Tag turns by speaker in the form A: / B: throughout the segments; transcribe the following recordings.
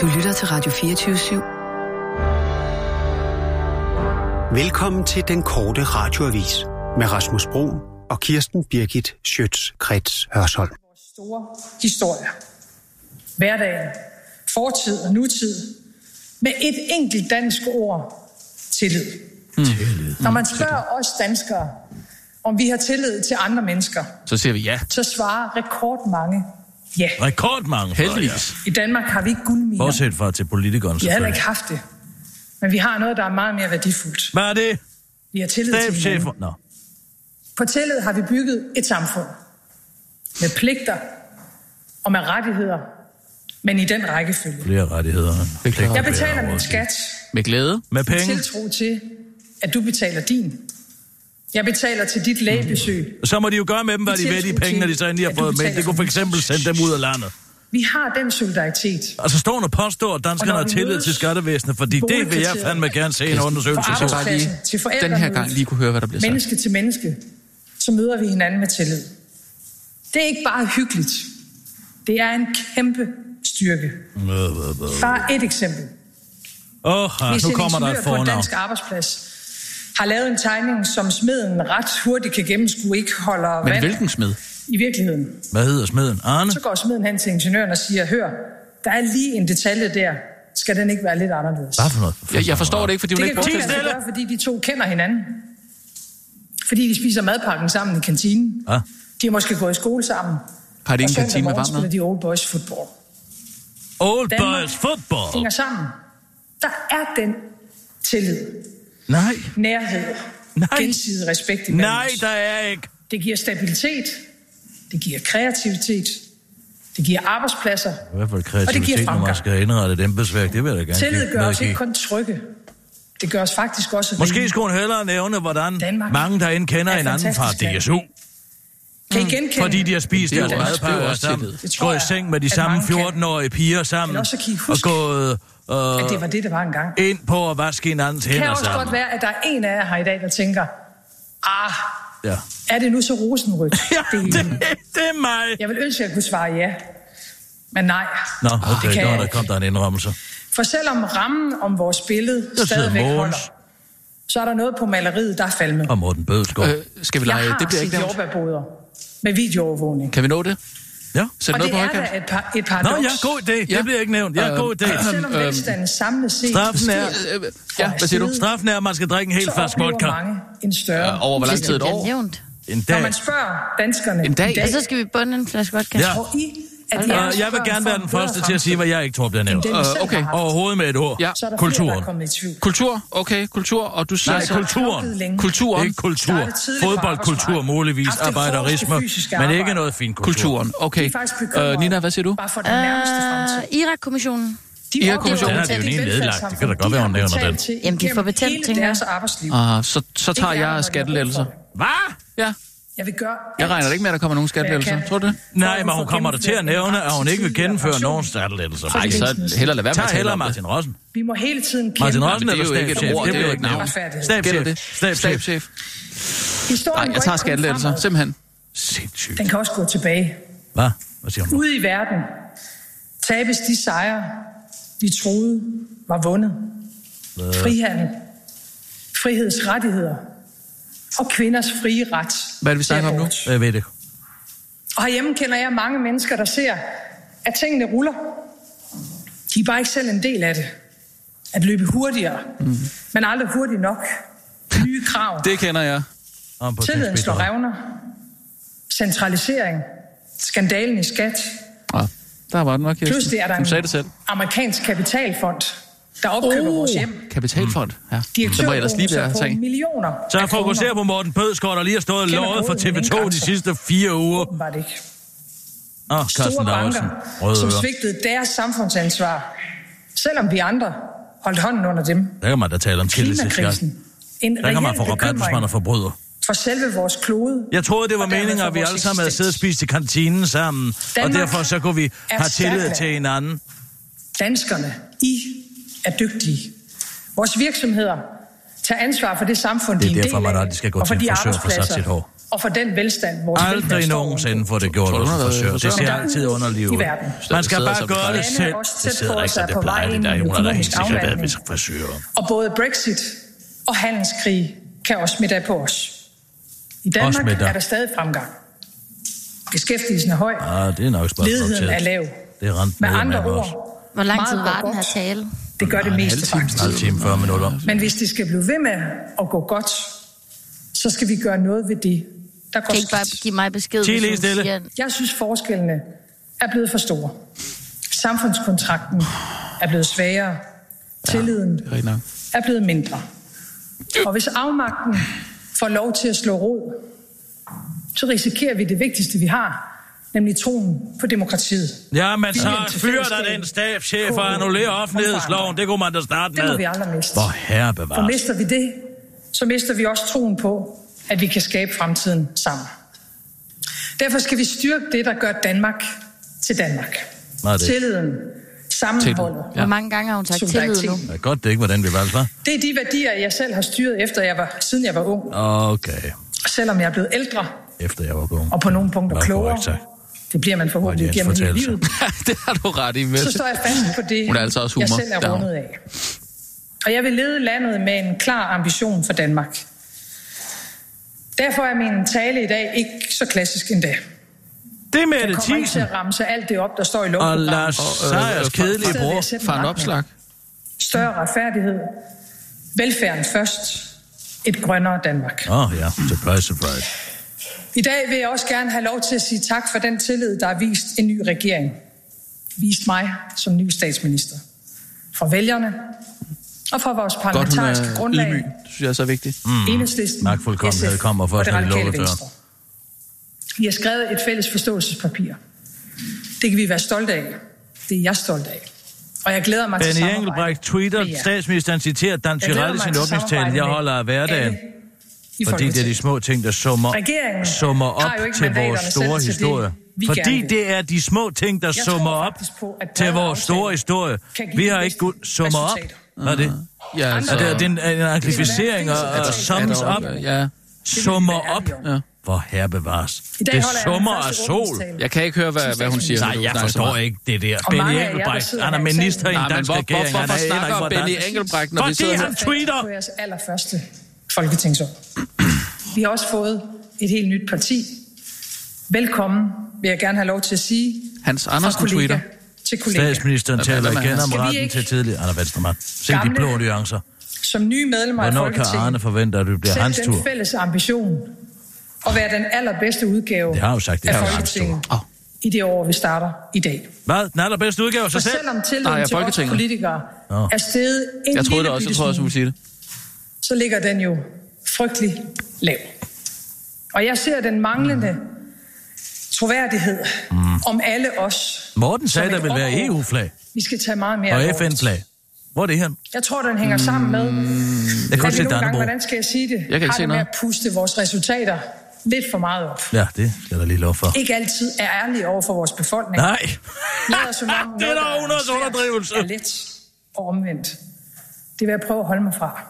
A: Du lytter til Radio 24
B: Velkommen til den korte radioavis med Rasmus Bro og Kirsten Birgit Schøtz-Krets Hørsholm.
C: store historier. Hverdagen, fortid og nutid, med et enkelt dansk ord, tillid. Mm. Når man spørger os danskere, om vi har tillid til andre mennesker,
D: Så siger vi ja.
C: så svarer rekordmange ja.
E: Rekordmange.
D: Heldigvis.
C: I Danmark har vi ikke guldminer.
E: Bortset fra til politikeren,
C: Vi har heller
E: selvfølgelig.
C: ikke haft det. Men vi har noget, der er meget mere værdifuldt.
E: Hvad er det?
C: Vi har tillid til
E: Stabschef.
C: hinanden.
E: Nå.
C: På tillid har vi bygget et samfund. Med pligter og med rettigheder, men i den rækkefølge.
E: Flere rettigheder.
D: Beklager.
C: Jeg betaler
E: Flere
C: min skat
D: Med glæde.
C: med
E: Med penge.
C: tiltro til, at du betaler din. Jeg betaler til dit lægebesøg.
E: Så må de jo gøre med dem, hvad
C: Med
E: de vil, de
C: tiltro
E: penge, når de så endelig har
C: til, at
E: fået
C: du
E: med.
C: betaler
E: Det kunne for eksempel sende dem ud af landet.
C: Vi har den solidaritet.
E: Altså står og påstår, at
C: Og
E: danskerne
C: når
E: har
C: vi
E: tillid
C: mødes
E: til skattevæsenet, fordi det vil jeg
C: boligkvarteret.
E: fandme gerne se en undersøgelse
C: For
E: til.
D: Jeg skal bare lige
C: Arbejdsklassen til forældrene.
D: den her gang lige kunne høre, hvad der bliver sagt.
C: Menneske til menneske. Så møder vi hinanden med tillid. Det er ikke bare hyggeligt. Det er en kæmpe styrke. Bare et eksempel.
E: Åh, oh,
C: Hvis
E: nu
C: en
E: kommer der
C: ingeniør
E: et
C: på en
E: fornavn.
C: dansk arbejdsplads har lavet en tegning, som smeden ret hurtigt kan gennemskue, ikke holder
D: Men
C: vand
D: hvilken smed?
C: i virkeligheden.
E: Hvad hedder smeden? Arne?
C: Så går smeden hen til ingeniøren og siger, hør, der er lige en detalje der. Skal den ikke være lidt anderledes?
E: Hvad for noget?
D: Jeg, jeg forstår det ikke, fordi hun
C: Det kan
D: det ikke
C: godt lade
D: brugte
C: sig
D: det.
C: gøre, fordi de to kender hinanden. Fordi de spiser madpakken sammen i kantinen.
E: Ja.
C: De har måske gået i skole sammen.
D: Har det
C: Og
D: ikke en
C: søndag
D: kantine med
C: morgen
D: varm
C: spiller
D: mad?
C: de old boys football.
E: Old
C: Danmark-
E: Boys Football.
C: Hænger sammen. Der er den tillid,
E: Nej,
C: nærhed,
E: Nej.
C: gensidig respekt imellem
E: nej,
C: os.
E: der er ikke.
C: Det giver stabilitet. Det giver kreativitet. Det giver arbejdspladser.
E: I hvert fald
C: Og det giver
E: kreativitet, når man
C: fremgang.
E: skal indrette et embedsværk, det vil jeg da gerne
C: Tillid
E: give-
C: gør os
E: medgive.
C: ikke kun trygge. Det gør os faktisk også
E: Måske
C: rige.
E: skulle hun hellere nævne, hvordan Danmark
C: Danmark
E: mange derinde kender
C: er
E: en anden fra
C: fantastisk land.
E: DSU,
C: Kan I genkende?
E: fordi de har spist
D: Det er
E: deres
D: jo også- det er jo
E: madpakker
D: også
E: sammen,
D: tillid.
C: Det tror
E: gået i
C: jeg,
E: seng med de
C: at
E: samme
C: mange kan.
E: 14-årige piger sammen,
C: Men også kan I
E: og
C: huske,
E: gået
C: at det
E: øh,
C: var det, der var engang.
E: ind altså. på at vaske hinandens
C: Det kan
E: hænder
C: også godt
E: sammen.
C: være, at der er en af jer her i dag, der tænker, ah,
E: Ja.
C: er det nu så rosenrødt?
E: Ja,
C: det
E: det,
C: hele?"
E: det er mig.
C: Jeg vil ønske, at jeg kunne svare ja. Men nej,
E: Nå, okay,
C: det kan
E: godt,
C: jeg
E: der
C: ikke.
E: kom der en indrømmelse.
C: For selvom rammen om vores billede
E: sidder
C: stadigvæk
E: Mogens.
C: holder, så er der noget på maleriet, der er falmet.
E: Og Morten Bødskov. Øh.
D: Øh, skal vi
C: Jeg
D: lege?
C: har
D: Det bliver
C: set
D: ikke nævnt.
C: jordbærboder med videoovervågning.
D: Kan vi nå det?
E: Ja.
D: Sæt
C: Og det
D: noget på
C: er
D: højkant.
C: da et, par, et
E: Nå,
C: paradoks.
E: ja, god idé.
D: Ja.
E: Det bliver ikke nævnt. Ja,
D: Øh,
E: god idé.
C: at Selvom
D: Øhm,
C: velstanden samlet set
E: Straffen er,
D: Øh, øh, Ja, hvad siger du?
E: straffen er, at man skal drikke en
C: så
E: helt flaske
C: oplever
E: vodka.
C: mange en større
D: Øh, Over hvor
C: Ligesom
D: lang tid? Et
F: Det
D: år?
F: er nævnt.
E: En
C: Når
E: dag.
C: man spørger danskerne
D: En dag?
C: i dag
F: Og så skal vi bunde en flaske vodka.
E: Altså, Ja.
C: tror I, at
F: Øh,
E: Og jeg vil gerne være den første til at sige, hvad jeg ikke tror bliver nævnt.
C: det, vi
D: Øh,
C: selv
D: okay.
C: har haft.
E: Overhovedet med et ord.
D: Ja.
C: så er der Flere, der
E: Kulturen.
C: er kommet i tvivl.
D: Kultur? Okay, kultur. Og du siger
E: Nej,
D: så...
C: knoklet
E: kulturen.
C: længe.
D: Kulturen.
E: Ikke kultur.
C: Startet tidligt på
E: Fodboldkultur
C: arbejdsmarkedet.
E: muligvis,
C: Haft det
E: arbejderisme,
C: hårdeste fysiske
E: men ikke
C: arbejde.
E: noget fint kultur.
D: Kulturen. Okay.
C: De er faktisk bekymrede.
D: Øh, Nina, hvad siger du?
C: Bare for den nærmeste fremtid.
F: Øh, Irak-kommissionen.
C: De oplever,
D: Irak- kommissionen
C: at
D: er det jo
C: det
E: egentlig nedlagt. Det kan da
C: velfærdssamfund,
E: godt være,
C: de
E: hun nævner
C: har betalt
E: den.
C: til
F: Jamen, de får
C: igennem
F: betalt,
C: hele
F: tænker jeg.
C: deres arbejdsliv.
D: Ah, så, så tager
C: Ikke er, når de
D: jeg
C: har
D: skattelettelser.
C: brug
E: Hvad?
D: Ja,
C: Jeg vil gøre
D: jeg
C: alt,
D: regner da ikke med, at der kommer nogen skattelettelser.
C: hvad jeg
D: Tror du det?
C: kan, for
E: Nej,
C: at
E: men
C: få
E: hun kommer da til at
C: gennemført en
E: nævne, at hun ikke vil
C: tidligere
E: gennemføre
C: pension.
E: nogen skattelettelser.
C: Fordi
D: Nej, så heller lad være med at
E: Tag
D: tale
E: heller
D: om det.
E: Martin Rossen.
C: Vi må hele tiden kæmpe.
E: Martin Rossen
D: det er
E: eller
D: jo ikke et
E: stabschef?
D: ord,
E: Det
D: det er
E: bliver
D: jo
E: ikke
D: et
E: nævnt.
C: navn.
D: Gælder
E: Stabschef.
D: det?
E: Stabschef.
D: Stabschef.
C: Historien
D: Nej,
C: går
D: jeg tager
C: ikke kun
D: skattelettelser.
C: fremad.
D: Simpelthen.
E: Sindssygt.
C: Den kan også gå tilbage.
E: Hvad? Hvad siger hun?
C: Ude i verden tabes de sejre, vi troede var vundet. Frihandel, frihedsrettigheder og kvinders frie ret.
D: Hvad er det, vi
C: til
D: snakker om nu?
C: abort.
E: Jeg ved det.
C: Og herhjemme kender jeg mange mennesker, der ser, at tingene ruller. De er bare ikke selv en del af det. At løbe hurtigere, mm. men aldrig hurtigt nok. Nye krav.
D: Mhm. Det kender jeg.
E: Om på
C: Tilliden slår
E: sindsbiddrag.
C: revner. Centralisering. Skandalen i skat.
D: Ja, der var den nok, Kirsten.
C: Pludselig er der
D: Du sagde det
C: en
D: selv.
C: amerikansk kapitalfond, der opkøber oh. vores hjem. Mm.
D: Kapitalfond. Ja. Så må jeg ellers lige
C: Direktørbonusser
D: være at
C: på
D: tage.
C: millioner
E: Så
C: af
E: jeg fokuserer
C: kroner.
E: på Morten Bødskov, der lige har stået og
C: Kender
E: lovet for
C: rådet ingen
E: TV2 de
C: grænser.
E: sidste fire uger.
C: Åbenbart ikke.
E: Åh, oh,
C: store
E: Carsten
C: banker,
E: Lausen. Røde
C: som
E: ører.
C: svigtede deres samfundsansvar, selvom vi andre holdt hånden under dem.
E: Der kan man da tale om tillid til skat.
C: Klimakrisen. En
E: Der kan man
C: reel
E: få rabat, hvis man er
C: bekymring
E: forbryder.
C: for selve vores klode.
E: Jeg troede, det var
C: Og dermed
E: meningen,
C: for
E: at vi
C: vores
E: alle sammen havde
C: eksistens.
E: siddet og spist i kantinen sammen, og
C: Danmark
E: derfor så kunne vi
C: er
E: have tillid
C: stærkt
E: til hinanden.
C: Danskerne, I er dygtige. Vores virksomheder tager ansvar for det samfund,
E: Det er
C: de er en
E: derfor,
C: del
E: man
C: af,
E: aldrig skal gå
C: og for
E: til en
C: de
E: frisør for at få sat
C: arbejdspladser,
E: sit hår.
C: og for den velstand, vores velfærd
E: Aldrig
C: står
E: nogensinde
C: ovenpå.
E: får det gjort
D: Tror du,
E: hos en
D: hun har været
E: frisør. Det
D: frisør?
E: ser
C: Men der
E: altid
C: ude
E: underlig
C: i
E: ud.
C: verden.
E: Man skal
D: Sidder
E: bare
D: så
E: gøre
D: beklager.
E: det selv.
C: Lande er også
E: Det
C: tæt på
E: sidder
C: at
E: ikke så
C: være
E: det
C: på
E: plejer
C: vej
E: det
C: ind i
E: der. Hun har da helt
C: økonomisk
E: sikkert været ved
C: afvandring.
E: frisører.
C: Og både Brexit og handelskrig kan også smitte af på os. I
E: Også
C: Danmark
E: smitte af.
C: er der stadig fremgang. Beskæftigelsen er høj,
E: Ah, det er nok et spørgsmål
C: ledigheden er
E: til.
C: lav.
E: Det er rent
C: Med
E: ned
C: andre
E: med
C: ord,
E: os.
F: Hvor lang tid
C: meget
F: var
C: går
F: den her
C: godt.
F: tale?
C: Det gør det meste faktisk.
E: Halv time, 40 minutter.
C: Men hvis det skal blive ved med at gå godt, så skal vi gøre noget ved det, der går
F: Kan I ikke bare
C: skidt.
F: give mig besked,
E: Ti lige
F: hun
E: stille.
F: siger...
C: Jeg synes, forskellene er blevet for store. Samfundskontrakten er blevet svagere. Tilliden
D: er rigtigt nok.
C: er blevet mindre. Og hvis afmagten får lov til at slå rod, så risikerer vi det vigtigste, vi har, nemlig troen på demokratiet.
E: Ja, men så
C: Viljen til
E: fyr
C: fællesskab.
E: der den stabschef og
C: Kurven.
E: annullerer offentlighedsloven. Det kunne man da starte med.
C: Det må vi aldrig miste.
E: Hvor herre
C: For
E: bevares.
C: mister vi det, så mister vi også troen på, at vi kan skabe fremtiden sammen. Derfor skal vi styrke det, der gør Danmark til Danmark.
E: Hvad er det?
C: Tilliden, sammenholdet,
D: Tillid,
F: Hvor mange gange har hun sagt tillid nu?
C: solidariteten.
E: Det er godt, det er ikke, hvordan vi valgte, hva'?
C: Det er de værdier, jeg selv har styret, efter jeg var, siden jeg var ung.
E: Okay.
C: Selvom jeg er blevet ældre,
E: Efter jeg var ung.
C: og på nogle punkter
E: Nå,
C: klogere.
E: korrekt sagt.
C: Det bliver man forhåbentlig
E: Jens
C: gennem hele
E: fortællelse.
C: livet.
D: det har du ret i,
C: Så
D: Mette.
C: står jeg fast på det,
D: Hun er altså også
C: jeg
D: humor,
C: selv er
D: der er hun.
C: rundet af. Og jeg vil lede landet med en klar ambition for Danmark. Derfor er min tale i dag ikke så klassisk endda.
E: Det er Mette
C: Jeg kommer ikke til
E: Thiesen.
C: at ramse alt det op, der står i
E: Og øh,
C: lovprogrammet.
E: Lars Sejers kedelige
C: Stedet
E: bror.
C: vil jeg sætte
D: Faren
C: retning.
D: opslag.
C: Større retfærdighed. Velfærden først. Et grønnere Danmark.
E: Åh oh, ja, surprise, surprise.
C: I dag vil jeg også gerne have lov til at sige tak for den tillid, der er vist en ny regering. Vist mig som ny statsminister. For vælgerne og for vores
D: Godt, hun
C: parlamentariske
D: er
C: grundlag,
D: ydmyg. Det synes jeg også er vigtigt.
C: mm. Enhedslisten,
E: Magtfuldkommenhed
C: SF
E: kommer først,
C: og det
E: når de
C: radikale
E: lukker døren.
C: venstre. Vi har skrevet et fælles forståelsespapir. Det kan vi være stolte af. Det er jeg stolt af. Og jeg glæder mig til
E: Benny
C: samarbejde.
E: Engelbrecht tweeder,
C: med jer.
E: statsministeren citerer Dan
C: Jeg glæder
E: Tirelli
C: mig
E: sin
C: til
E: åbningstale.
C: samarbejde
E: Jeg
C: med
E: holder af hverdagen,
C: alle i
E: fordi det er de
C: Folketinget."
E: små ting, der summer,
C: Regeringen
E: summer op
C: har jo ikke
E: til vores
C: mandaterne selv
E: store
C: til det,
E: historie.
C: vi gerne
E: Fordi
C: vil.
E: det er de små ting, der
C: Jeg
E: summer
C: tror
E: op
C: faktisk på, at
E: til
C: brede
E: vores
C: aftaler
E: store historie.
C: kan give
E: Vi har
C: de
E: ikke
C: bedste
E: gået summer op.
C: resultater.
E: Hvad er det?
D: Ja,
C: Andre-
D: altså,
E: Er det det er en, en anglificering og,
C: Resultater.
E: og sums op,
D: Ja.
E: summer
C: være
E: op?
C: ærlige om.
D: Ja.
E: Hvor herre bevares.
C: I dag
E: Det
C: holder jeg min
E: summer af
C: første
E: sol.
C: åbningstale.
D: Jeg kan ikke høre, hvad, hvad hun siger.
E: Nej,
D: når du
E: jeg
D: snakker så
E: forstår
D: meget.
E: ikke det der.
C: Og mange
E: Benny
C: af jer, der
E: Engelbrecht,
C: sidder
E: han er
C: her i
E: minister i
C: salen.
E: en
D: Nej, men
E: dansk
D: hvor-
E: regering.
D: hvorfor
E: Han aner
D: snakker
E: ikke, hvordan-
D: Benny Engelbrecht, når vi
E: Fordi
D: sidder her?
E: han tweeter!
C: på jeres allerførste folketingsår. Vi har også fået et helt nyt parti. Velkommen, vil jeg gerne have lov til at sige.
D: Hans
C: Fra
D: Andersen
C: kollega
D: tweeter.
C: Til kollega.
E: Statsministeren
D: Hvad- hvad
E: taler
D: med
E: igen
D: Hans?
E: om
C: Skal vi
E: retten
C: ikke-
E: til tidlig. Anna Venstremand, se de
C: Gamle-
E: blå nuancer.
C: Som nye medlemmer af
E: Hvornår kan
C: Folketinget.
E: Arne forvente, at det bliver
C: sæt
E: hans
C: den
E: tur?
C: fælles ambition at være den allerbedste udgave
E: Det har jeg jo sagt, det
C: af
E: er jo
C: Folketinget Ah.
D: Åh.
C: i det år, vi starter i dag.
E: Hvad? Den allerbedste udgave af
C: For
E: sig selv?
C: selvom
D: Nej,
C: tilliden
D: af
C: til os
D: Folketinget.
C: politikere
E: Nå.
C: er steget en
D: Jeg troede det
C: lille
D: også. Jeg
C: bitte
D: troede også, hun
C: smule,
D: ville sige det.
C: så ligger den jo frygtelig lav. Og jeg ser den manglende troværdighed
E: Mm.
C: om alle os.
E: Morten sagde,
C: som
E: der
C: et
E: vil være
C: opråb,
E: EU-flag
C: Vi skal tage meget mere
E: og
C: alvorligt.
E: FN-flag. Hvor er det her?
C: Jeg tror, den hænger sammen med,
E: Mm. Jeg kan
C: at
E: også
C: vi
E: se
C: nogle gange,
E: Dannebro.
C: hvordan skal jeg sige det,
D: kan ikke
C: har
D: se
C: det med
D: noget.
C: at puste vores resultater lidt for meget op.
E: Ja, det skal jeg da lige lov for.
C: Ikke altid er ærlige over for vores befolkning.
E: Nej!
C: Lader som om
E: det er
C: noget,
E: da
C: der
E: Unas
C: svært,
E: underdrivelse.
C: Er let og omvendt. Det vil jeg prøve at holde mig fra.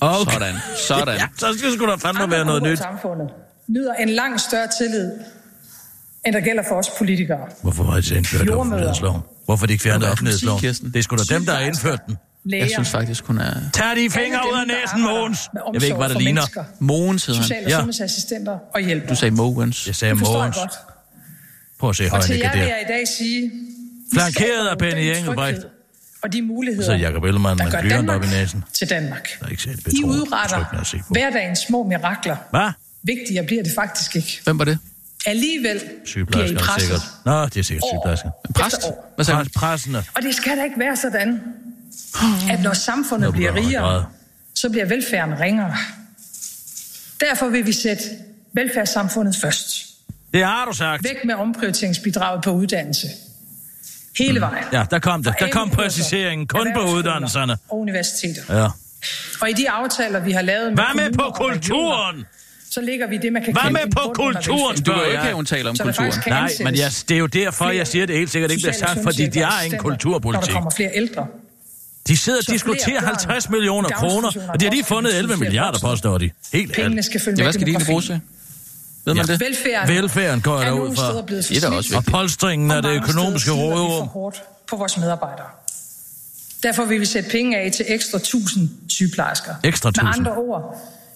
E: Okay.
D: Sådan. Sådan.
E: Ja, så skal sgu da fandme
C: andre
E: være noget
C: grupper i
E: nyt.
C: samfundet nyder en langt større tillid, end der gælder for os politikere.
E: Hvorfor har I så indført
C: Jordemødre.
E: offentlighedsloven? Hvorfor har de ikke fjernet
D: Hvad er det, du
E: offentlighedsloven?
D: siger, Kirsten?
E: Det er sgu da dem, der har indført den.
C: Læger,
D: Jeg synes faktisk, hun er...
E: Tag de
C: alle
E: fingre
C: dem,
E: ud af
C: der
E: næsen,
C: arbejder
E: Mogens.
C: med
E: Jeg ved
C: omsorg
E: ikke, hvad det
C: for
E: ligner.
C: mennesker,
D: Mogens hedder han.
C: Social- og
E: Ja.
C: sundhedsassistenter og hjælpere.
D: Du sagde Mogens.
E: Jeg sagde
C: Det forstår jeg
E: Mogens.
C: godt.
E: Prøv at se
C: Og til
E: højne
C: jer vil
E: der.
C: jeg i dag sige... vi
E: Flankeret
C: skaber
E: af Benny
C: den
E: Engelbrecht.
C: tryghed Og de muligheder,
E: Så Jacob Ellemann
C: der
E: med
C: gør
E: blyant
C: Danmark
E: op i næsen.
C: til Danmark.
E: er ikke særlig
C: I
E: betroet betryggende at se
C: udretter
E: på.
C: hverdagens små mirakler.
E: Hvad?
C: Vigtigere bliver det faktisk ikke.
D: Hvem var det?
C: Alligevel bliver I
E: Sygeplejerskerne
C: presset
E: sikkert. Nå, det er sikkert
C: år
E: sygeplejersker.
D: En præst?
C: efter år.
D: Hvad sagde hun?
E: Pres- Pressende.
C: Og det skal da ikke være sådan, at når
E: Nu
C: samfundet bliver
E: begynder hun at græde.
C: rigere, så bliver velfærden ringere. Derfor vil vi sætte velfærdssamfundet først.
E: Det har du sagt.
C: Væk med omprioriteringsbidraget på uddannelse. Hele vejen.
E: Mm. Ja, der kom det.
C: For
E: Der
C: alle
E: kom
C: kurser,
E: præciseringen. Kun på
C: erhvervsskoler
E: uddannelserne.
C: Og universiteter.
E: Ja.
C: Og i de aftaler, vi har lavet med
E: Hvad med på
C: kommuner og regioner,
E: kulturen?
C: så ligger vi det, man kan
E: Hvad
C: kalde
E: med
C: en
E: på
C: bund under
E: kulturen?
C: velfærd.
D: Du kan jo ikke
E: Ja.
D: have, hun taler om
C: Så der
D: kulturen.
C: faktisk kan
E: Nej, men
C: ansættes
E: jeg, det er jo derfor, jeg siger det helt sikkert ikke bliver
C: social- og
E: sagt, fordi de har ingen
C: sundhedsassistenter, Når
E: kulturpolitik.
C: der kommer flere ældre.
E: De sidder og
C: Så flere
E: diskuterer
C: børn
E: 50
C: i
E: millioner
C: daginstitutioner
E: kroner, og de har lige
C: vokser,
E: fundet
C: hvis vi
E: 11
C: bliver
E: milliarder,
C: voksne.
E: påstår de. Helt
C: Pengene
E: ærligt.
C: skal følge
D: Ja,
C: med
D: hvad skal de egentlig bruges
C: demografien.
D: til? Ved man
E: Ja.
D: det?
C: Velfærden,
E: Velfærden går jeg
C: er
E: da
C: nogle
E: ud fra.
C: steder blevet for
D: Det er da
C: snildt,
D: også
E: Og
D: vigtigt.
E: polstringen af
C: og
E: det
C: mange
E: økonomiske
C: steder slider Vi for
E: råderum.
C: hårdt på vores medarbejdere. Derfor vil vi sætte penge af til ekstra 1000 sygeplejersker.
E: Ekstra 1000.
C: Med andre ord,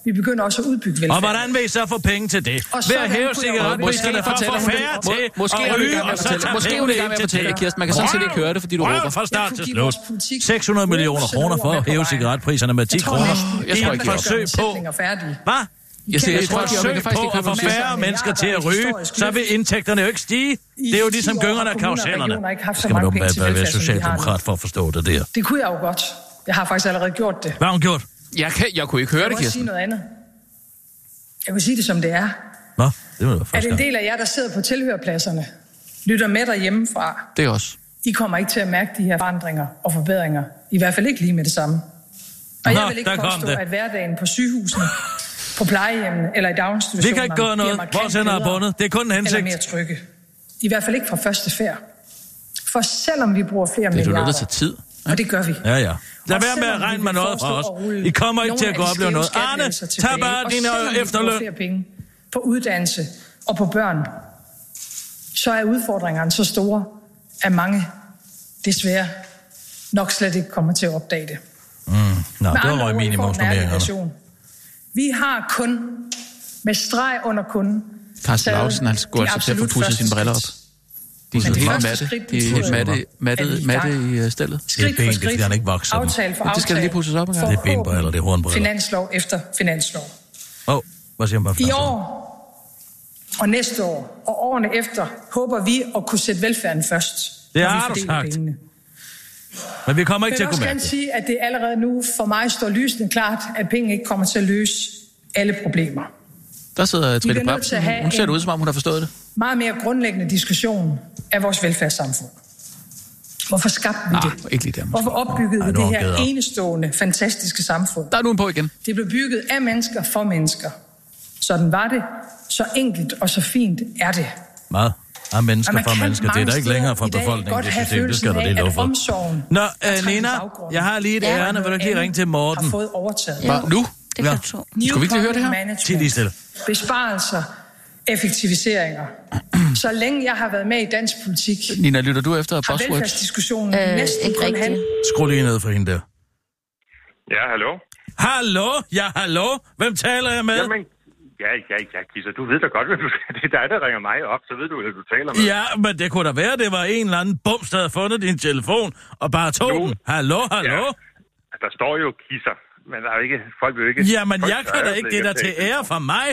C: vi begynder også at udbygge velfærden.
E: Og hvordan vil I så få penge til det?
C: Og
E: Ved
C: sådan
E: at
C: kunne
E: hæve
C: jeg
E: cigaretpriserne
C: godt
E: for at
C: fortælle
E: få
C: hun det.
E: færre
D: Må-
E: til
D: måske er
E: at
D: hun i
E: ryge,
D: gang med
E: og
D: at
E: så
D: fortælle-
E: tager
D: måske er hun i gang med at fortælle, Kirsten, man kan sådan set ikke høre det, fordi du
E: Røv
D: råber.
E: fra
C: Jeg
E: start
C: kunne
E: til
C: give
E: slut.
C: vores politik
E: 600 millioner
C: uden for
E: kroner for
C: ord
E: at
C: med
E: hæve
C: på vejen.
E: cigaretpriserne med 10
C: Jeg tror
E: kroner.
C: næsten,
E: I
D: Jeg tror
E: et
D: ikke, vi
E: forsøg
C: gør
E: på...
C: sætninger færdige.
E: Hvad?
D: Jeg siger,
E: I
D: jeg
E: et
D: tror ikke, man
E: forsøg
D: kan faktisk
E: på
D: ikke
E: at
D: købe
E: få
D: masser af
E: færre mennesker til at ryge,
C: historisk
E: så vil
C: løft.
E: indtægterne jo ikke stige. Det er jo
C: I
E: ligesom
C: ti år
E: gyngerne
C: har
E: af
C: kommuner og
E: karusellerne.
C: regioner ikke haft så
E: Skal man
C: mange
E: jo
C: penge
E: være,
C: til
E: være, være
C: velfærd, som de har nu.
E: socialdemokrat for at forstå det der.
C: Det kunne jeg jo godt. Jeg har faktisk allerede gjort det.
E: Hvad har hun gjort?
D: Jeg, kan, jeg kunne ikke høre
C: Jeg
D: det,
C: må også sige
D: Kirsten.
C: noget andet. Jeg vil sige det, som det er.
E: Nå, det var da
C: At
E: første
C: en
E: gang.
C: del af jer, der sidder på tilhørpladserne, lytter med derhjemmefra,
D: Det er også.
C: I kommer ikke til at mærke de her forandringer og forbedringer. I hvert fald ikke lige med det samme. Og
E: Nå,
C: jeg vil ikke
E: der kom
C: påstå,
E: det.
C: at hverdagen på sygehusene, på plejehjemmene eller i daginstitutionerne...
E: Vi kan ikke gøre noget.
C: bliver markant
E: Vores hænder er
C: bedre
E: bundet. Det er kun en hensigt.
C: Eller mere trygge. I hvert fald ikke fra første færd. For selvom vi bruger flere
D: Det er jo
C: milliarder...
D: noget, der tager tid.
C: Og det gør vi.
E: Ja, ja. Lad
C: Og
E: være med
C: selvom
E: at regne
C: vi
E: med
C: vil
E: noget fra
C: foreslå
E: os.
C: at rulle
E: I kommer ikke
C: nogle
E: til at
C: af
E: gå
C: de
E: og opleve
C: skæve
E: noget. Arne,
C: skattelettelser
E: tag
C: tilbage,
E: bare
C: og
E: din
C: selvom vi bruger
E: efterløn. Mm.
C: flere penge på uddannelse og på børn, så er udfordringerne så store, at mange desværre nok slet ikke kommer til at opdage det.
E: Nå,
C: Med
E: det
C: andre
E: var
C: ord, vi får en ærlig
E: minimumsnormeringerne.
C: version. Vi har kun, med streg under kun,
D: Carsten
C: taget
D: Lausen, han skulle
C: de
D: altså til at få
C: absolut
D: pudset
C: første
D: sine briller op.
C: skridt.
D: De er
C: Men det
D: helt
C: første
D: matte.
C: skridt,
D: De er helt
C: betyder jo,
D: matte, matte,
C: at vi er i
D: matte
C: gang.
D: i øh, stillet.
E: Det er ben, det er, fordi han ikke vokser dem.
C: Aftale for
D: Men
C: aftale.
D: det skal da lige pudses op engang.
E: Det er benbriller, det er hornbriller.
C: Finanslov efter finanslov.
E: Åh, hvad siger man
C: I
E: bare?
C: år og næste år og årene efter håber vi at kunne sætte velfærden først.
E: Det
C: når vi
E: har du
C: fordeler
E: sagt.
C: pengene.
E: Men vi kommer ikke
C: Jeg
E: til
C: vil
E: at
C: også
E: kunne
C: gerne
E: mærke det.
C: sige, at det allerede nu for mig står lysende klart, at penge ikke kommer til at løse alle problemer.
D: Der sidder
C: bliver
D: Trine
C: nødt til at
D: Bramsen.
C: have
D: Hun ser
C: en-
D: det ud, som om hun har forstået det.
C: Meget mere grundlæggende diskussion af vores velfærdssamfund. Hvorfor skabte vi det?
D: Ah, ikke lige der. måske.
C: Hvorfor opbyggede
E: Ej,
C: vi
E: Ah,
C: det
E: nu har hun
C: her
E: givet op.
C: enestående, fantastiske samfund?
D: Der er nu en på igen.
C: Det blev bygget af mennesker for mennesker. Sådan var det. Så enkelt og så fint er det.
E: Meget. Af
C: Og
E: mennesker
C: man
E: for
C: kan
E: mennesker. Det er
C: mange
E: der ikke længere fra
C: steder i dag
E: befolkningen,
C: godt
E: det
C: have
E: system. Det skal
C: følelsen
E: der
C: af,
E: lige lov
C: at
E: for.
C: omsorgen
E: Nå,
C: er trængt
E: øh,
C: i
E: Nina,
C: baggrunden.
E: jeg har lige et
F: Ja,
E: ærende. Vil du ikke lige
C: Andet
E: ringe til Morten?
C: Har fået overtaget.
D: Bare nu?
F: Det
E: Ja.
F: kan du tro.
D: Skulle vi ikke lige høre det her?
C: Management,
E: Tid lige stille.
C: Besparelser, effektiviseringer. Så længe jeg har været med i dansk politik,
D: Nina, lytter du efter
C: har
D: buzzwords?
C: velfærdsdiskussionen
F: Øh,
C: næsten
F: ikke
C: kun
F: rigtigt.
C: handlet
E: Skru lige ned for hende der.
G: Ja, hallo?
E: Hallo? Ja, hallo? Hvem taler jeg med?
G: Jamen, ja, ja, ja, Kisser, du ved da godt, hvad du Det er dig, der ringer mig op, så ved du, hvad du taler med.
E: Ja, men det kunne da være, det var en eller anden bums, der havde fundet din telefon og bare tog
G: Nu.
E: den. Hallo, hallo?
G: Ja. Der står jo Kisser, men der er jo ikke, folk vil jo ikke...
E: Jamen,
G: folk
E: jeg
G: tør
E: kan da
G: jo
E: ikke det der til
G: at tale.
E: ære for mig.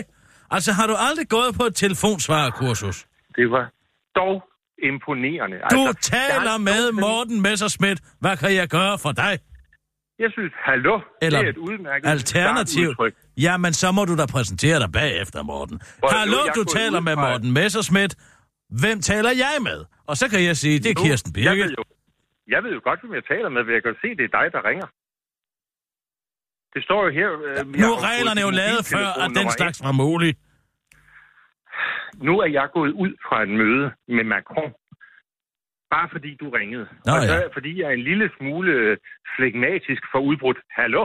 E: Altså, har du aldrig gået på et telefonsvarekursus?
G: Det var dog imponerende. Altså,
E: Du
G: jeg
E: taler
G: har
E: med
G: nogensinde-
E: Morten Messerschmidt. Hvad kan jeg gøre for dig?
G: Jeg synes, hallo,
E: Eller
G: det er et udmærket
E: alternativ.
G: startudtryk.
E: Jamen, så må du da præsentere dig bagefter, Morten.
G: Hvor er det
E: Hallo,
G: nu, jeg
E: du
G: er gået
E: taler
G: ud
E: med
G: fra-
E: Morten Messerschmidt. Hvem taler jeg med? Og så kan jeg sige, det er
G: Nu,
E: Kirsten
G: Jeg ved,
E: Birgit.
G: jo, jeg ved jo godt, hvem jeg taler med, for jeg kan jo se, det er dig, der ringer. Det står jo her... Øh, jeg
E: Nu
G: har
E: er
G: fået
E: reglerne
G: dit
E: jo lavet før, at den
G: mobiltelefonnummer ind.
E: slags var mulig.
G: nu er jeg gået ud fra et møde med Macron, bare fordi du ringede.
E: Nå,
G: og så,
E: ja.
G: fordi jeg er en lille smule øh, flegmatisk for udbrudt, hallo,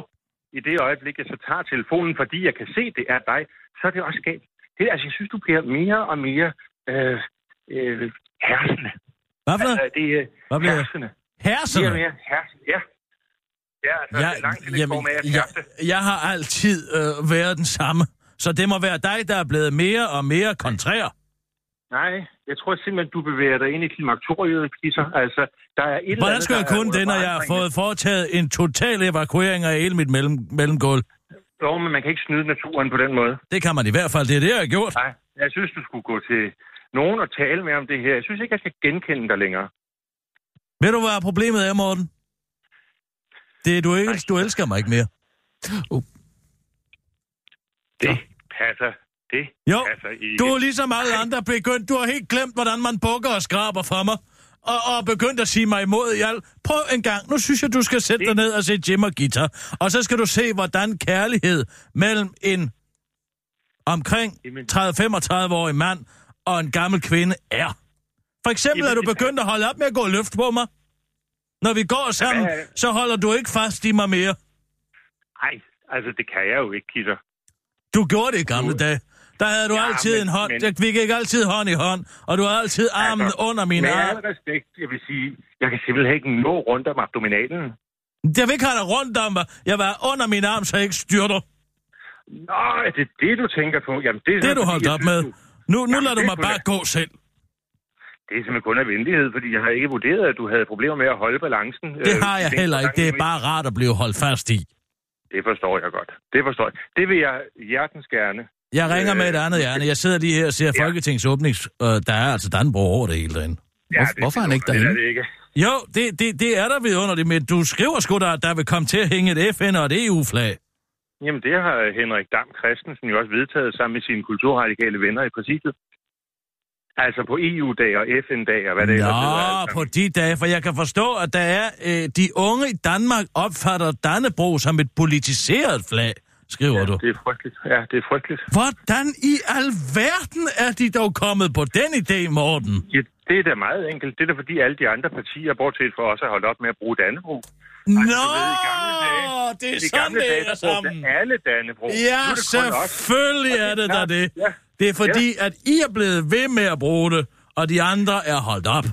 G: i det øjeblik, jeg så tager telefonen, fordi jeg kan se, det er dig, så er det også galt. Det, er- altså, jeg synes, du bliver mere og mere øh, øh, hersende.
E: Hvad for
G: Altså,
E: noget?
G: det er
E: Hvad bliver jeg?
G: hersende. Mere og
E: Herserne?
G: mere hersende, ja. Ja, altså, ja, det er langt til det går med at
E: jeg,
G: herse.
E: jeg har altid øh, været den samme. Så det må være dig, der er blevet mere og mere kontrær.
G: Nej, jeg tror simpelthen, du bevæger dig ind i klimaktoriet, Kisser. Altså, der er et eller
E: Hvordan
G: andet,
E: skal
G: der
E: jeg
G: er
E: kunne
G: under
E: det, når jeg har
G: forandring.
E: fået foretaget en total evakuering af hele mit mellem, mellemgulv?
G: Jo, men man kan ikke snyde naturen på den måde.
E: Det kan man i hvert fald. Det er det, jeg har gjort.
G: Nej, jeg synes, du skulle gå til nogen og tale med om det her. Jeg synes ikke, jeg skal genkende dig længere.
E: Ved du, hvad er problemet er, Morten? Det er, du, ikke, du elsker mig ikke mere.
G: Det passer. Det
E: Jo,
G: passer ikke.
E: du er ligesom alle andre begyndt. Du har helt glemt, hvordan man bukker og skraber for mig. Og, og begyndt at sige mig imod i alt. Prøv en gang. Nu synes jeg, du skal sætte dig ned og se Jim og Guitar. Og så skal du se, hvordan kærlighed mellem en omkring
G: Jamen.
E: 30-35-årig mand og en gammel kvinde er. For eksempel
G: Jamen,
E: er du
G: det-
E: begyndt at holde op med at gå og løfte på mig. Når vi går sammen,
G: Hvad er-
E: så holder du ikke fast i mig mere.
G: Nej, altså det kan jeg jo ikke, Kitter.
E: Du gjorde det i gamle dage. Der havde du
G: Ja,
E: ja, altid
G: men-
E: en hånd.
G: men-
E: Men... Vi gik altid hånd i hånd, og du havde altid armen altså, under min
G: med
E: arm.
G: al respekt, jeg vil sige, jeg kan simpelthen ikke nå rundt om abdominalen.
E: Jeg vil ikke have dig rundt om mig. Jeg var under min arm, så jeg ikke styrter.
G: Nå, er det det, du tænker på? Jamen, det er,
E: Det er
G: så,
E: du
G: fordi,
E: holdt
G: jeg
E: op
G: synes,
E: med.
G: du-
E: Nu, nu
G: Jamen,
E: lader du
G: det
E: mig
G: kunne
E: bare gå selv.
G: Det er simpelthen kun af venlighed, fordi jeg har ikke vurderet, at du havde problemer med at holde balancen. øh,
E: Det har jeg heller ikke. Det er bare
G: bare...
E: rart at blive holdt fast i.
G: Det forstår jeg godt. Det forstår jeg. Det vil jeg hjertens gerne.
E: Jeg ringer med et
G: Øh,
E: andet hjerne. Jeg sidder lige her og ser Folketingets åbnings... Og der er altså Danbro over det hele derinde.
G: Ja,
D: Hvorfor- hvorfor er han ikke
G: vidunderligt,
D: derinde?
G: er det ikke.
E: Jo, det, det, det er der vidunderligt, men du skriver sgu da, at der vil komme til at hænge et FN og et E EU-flag.
G: Jamen, det har Henrik Dam Christensen jo også vedtaget sammen med sine kulturradikale venner i præsidiet. Altså på EU-dag og FN-dag og hvad det ellers hedder.
E: Nå,
G: altså.
E: på de dage, for jeg kan forstå, at der er øh, de unge i Danmark opfatter Dannebro som et politiseret flag, skriver du.
G: Det er frygteligt. Ja, det er frygteligt.
E: Hvordan i alverden er de dog kommet på den idé, Morten?
G: Ja, det er da meget enkelt. Det er da fordi alle de andre partier, bortset fra os, har holdt op med at bruge Dannebrog.
E: Nå,
G: ved, i gamle dage-
E: det er
G: I
E: sådan,
G: gamle
E: det
G: dage,
E: hænger
G: der brugte
E: sammen.
G: alle Dannebrog. Nu er
E: Ja,
G: det kun os.
E: selvfølgelig er det da
G: klart.
E: det.
G: Ja.
E: Det er fordi, at I er blevet ved med at bruge det, og de andre er holdt op.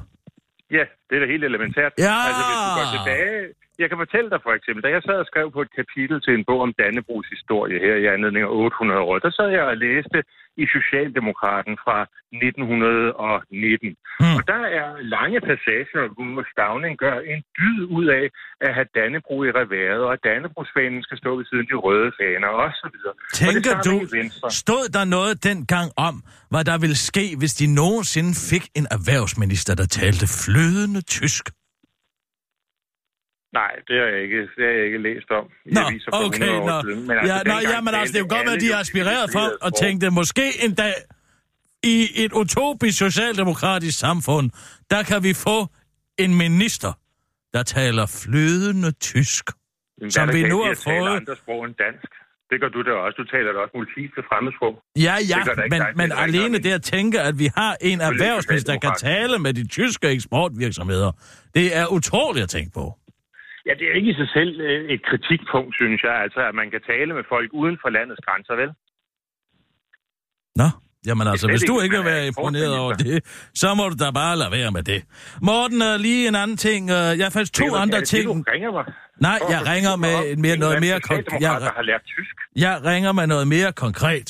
G: Ja, det er da helt elementært.
E: Ja.
G: Altså, hvis du går tilbage... Jeg kan fortælle dig for eksempel, da jeg sad og skrev på et kapitel til en bog om Dannebrogs historie her i anledning af 800 år, der sad jeg og læste i Socialdemokraten fra 1919.
E: Hmm.
G: Mm. Og der er lange passager, hvor Stavning gør en dyd ud af at have Dannebrog i reværet, og at Dannebrogsfanen skal stå ved siden af de røde faner osv.
E: Tænker
G: og det
E: du,
G: samme i Venstre.
E: stod der noget dengang om, hvad der ville ske, hvis de nogensinde fik en erhvervsminister, der talte flydende tysk?
G: Nej, det har jeg ikke, det har jeg ikke læst om. i
E: Nå,
G: aviser for 100
E: okay,
G: år
E: nå.
G: siden.
E: Ja, nå,
G: dengang
E: jamen altså, det er jo
G: talte
E: godt, at
G: alle
E: de
G: jo
E: er aspireret for
G: civiliseret
E: og
G: sprog.
E: tænkte, måske en dag i et utopisk socialdemokratisk samfund, der kan vi få en minister, der taler flydende tysk.
G: Jamen,
E: som
G: hvad er
E: vi
G: der
E: nu
G: galt i
E: har
G: at tale
E: fået-
G: andre sprog end dansk. Det gør du da også. Du taler da også multiple fremmedsprog.
E: Ja, ja,
G: gør der ikke
E: men,
G: dig,
E: men
G: det er der ikke
E: alene
G: noget
E: det at tænke, at vi har en erhvervsminister, der kan tale med de tyske eksportvirksomheder, det er utroligt at tænke på.
G: Ja, det er ikke i sig selv øh, et kritikpunkt, synes jeg. Altså, at man kan tale med folk uden for landets grænser, vel?
E: Nå, jamen altså,
G: slet
E: hvis du
G: ikke,
E: ikke vil
G: øh, man er
E: være imponeret over
G: eksportminister.
E: det, så må du da bare lade være med det. Morten, øh, lige en anden ting. øh, Jeg har faktisk
G: Er
E: to
G: det- er
E: andre
G: det Det,
E: ting.
G: du ringer mig.
E: Nej,
G: For at
E: jeg
G: fortælle
E: ringer
G: mig
E: med
G: om
E: en mere-
G: en
E: noget
G: eller anden
E: mere konk- jeg-
G: socialdemokrat, der har lært tysk.
E: Jeg ringer med noget mere konkret.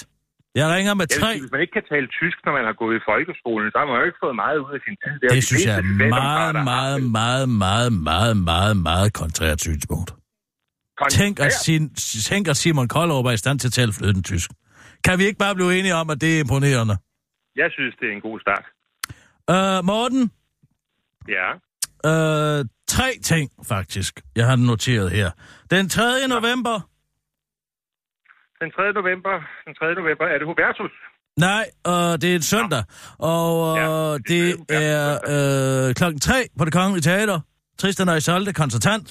E: Jeg ringer med
G: Jeg vil
E: tre.
G: sige, hvis man ikke kan tale tysk, når man har gået i folkeskolen, så har man jo ikke fået meget ud af sin tid. er jo
E: Det
G: de
E: synes jeg er
G: fleste
E: meget,
G: socialdemokrater, der har
E: meget,
G: haft
E: meget, meget, meget, meget, meget kontrært synspunkt.
G: en
E: Tænk at,
G: kontrær-
E: sin, tænk at Simon Koldrup er i stand til at tale flydende tysk. Kan vi ikke bare blive enige om, at det er imponerende?
G: Jeg synes, det er en god start.
E: Uh, Morten,
G: Ja.
E: uh, tre ting faktisk, jeg har noteret her. Den 3. november,
G: Den 3. november, den 3. november er det Hubertus.
E: nej, uh, det er en søndag, og
G: Ja,
E: uh,
G: det
E: det
G: er- ja,
E: er uh, klokken 3 på det kongelige teater. Tristan og Isolde, koncertant.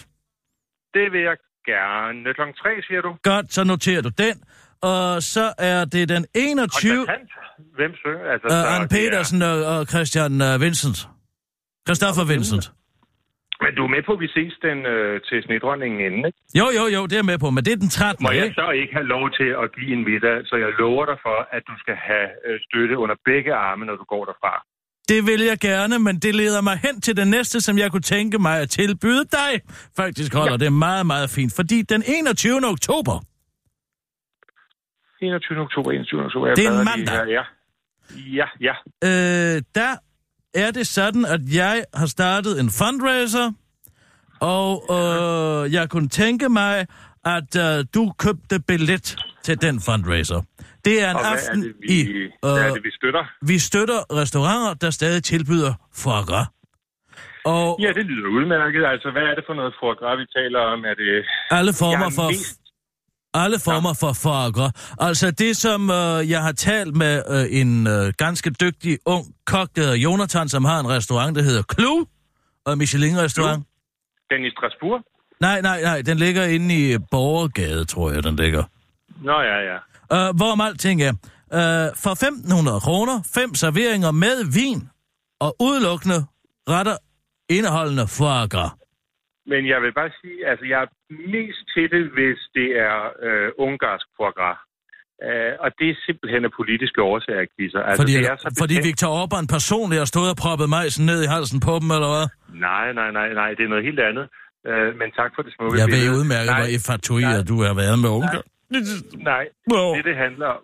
G: Det vil jeg gerne. Klokken 3, siger du?
E: Godt, så noterer du den. Og så er det den 21.
G: Konstatant? Hvem søger? Altså, så
E: Uh, Anne
G: det er-
E: Petersen og, og Christian uh, Vincent. Christoffer Vincent.
G: Men du er med på, at vi ses den, øh, til snedronningen inden, ikke?
E: Jo, jo, jo, det er jeg med på, men det er den 13.
G: Må jeg
E: ikke?
G: så ikke have lov til at give en middag, så jeg lover dig for, at du skal have øh, støtte under begge arme, når du går derfra.
E: Det vil jeg gerne, men det leder mig hen til det næste, som jeg kunne tænke mig at tilbyde dig. Faktisk holder ja. det meget, meget fint, fordi den 21. oktober,
G: 21. oktober, 21. oktober. Jeg
E: Det er en
G: bader
E: mandag.
G: Lige, her. ja. Ja, ja.
E: øh, der er det sådan, at jeg har startet en fundraiser, og øh, jeg kunne tænke mig, at øh, du købte billet til den fundraiser. Det er en
G: Og hvad er
E: aften
G: det, vi,
E: i...
G: hvad er
E: øh,
G: det, vi støtter?
E: Vi støtter restauranter, der stadig tilbyder foie gras. Og
G: Ja, det lyder udmærket. Altså, hvad er det for noget foie gras, vi taler om? Er det...
E: alle former
G: Jeg er
E: for...
G: mest-
E: Alle former for foie gras. Altså det, som øh, jeg har talt med øh, en øh, ganske dygtig ung kok, der hedder Jonathan, som har en restaurant, der hedder Clou, og Michelin-restaurant.
G: Den i Strasbourg?
E: Nej, nej, nej, den ligger inde i Borgergade, tror jeg, den ligger.
G: Nå, ja, ja.
E: Øh, hvorom alting er. Øh, for 1.500 kroner, fem serveringer med vin og udelukkende retter indeholdende foie gras.
G: Men jeg vil bare sige, altså jeg er mest til det, hvis det er øh, ungarsk foie gras. Øh, og det er simpelthen af politiske årsager, Kisser. Altså,
E: Fordi,
G: det er så
E: fordi
G: betændt-
E: Viktor Orbán personligt har stået og proppet majsen ned i halsen på dem, eller hvad?
G: Nej, nej, nej, nej, det er noget helt andet. Øh, men tak for det smukke
E: Jeg ved
G: billede.
E: udmærket,
G: nej,
E: hvor effatueret du har været med onkel.
G: Nej,
E: Wow.
G: det det handler om...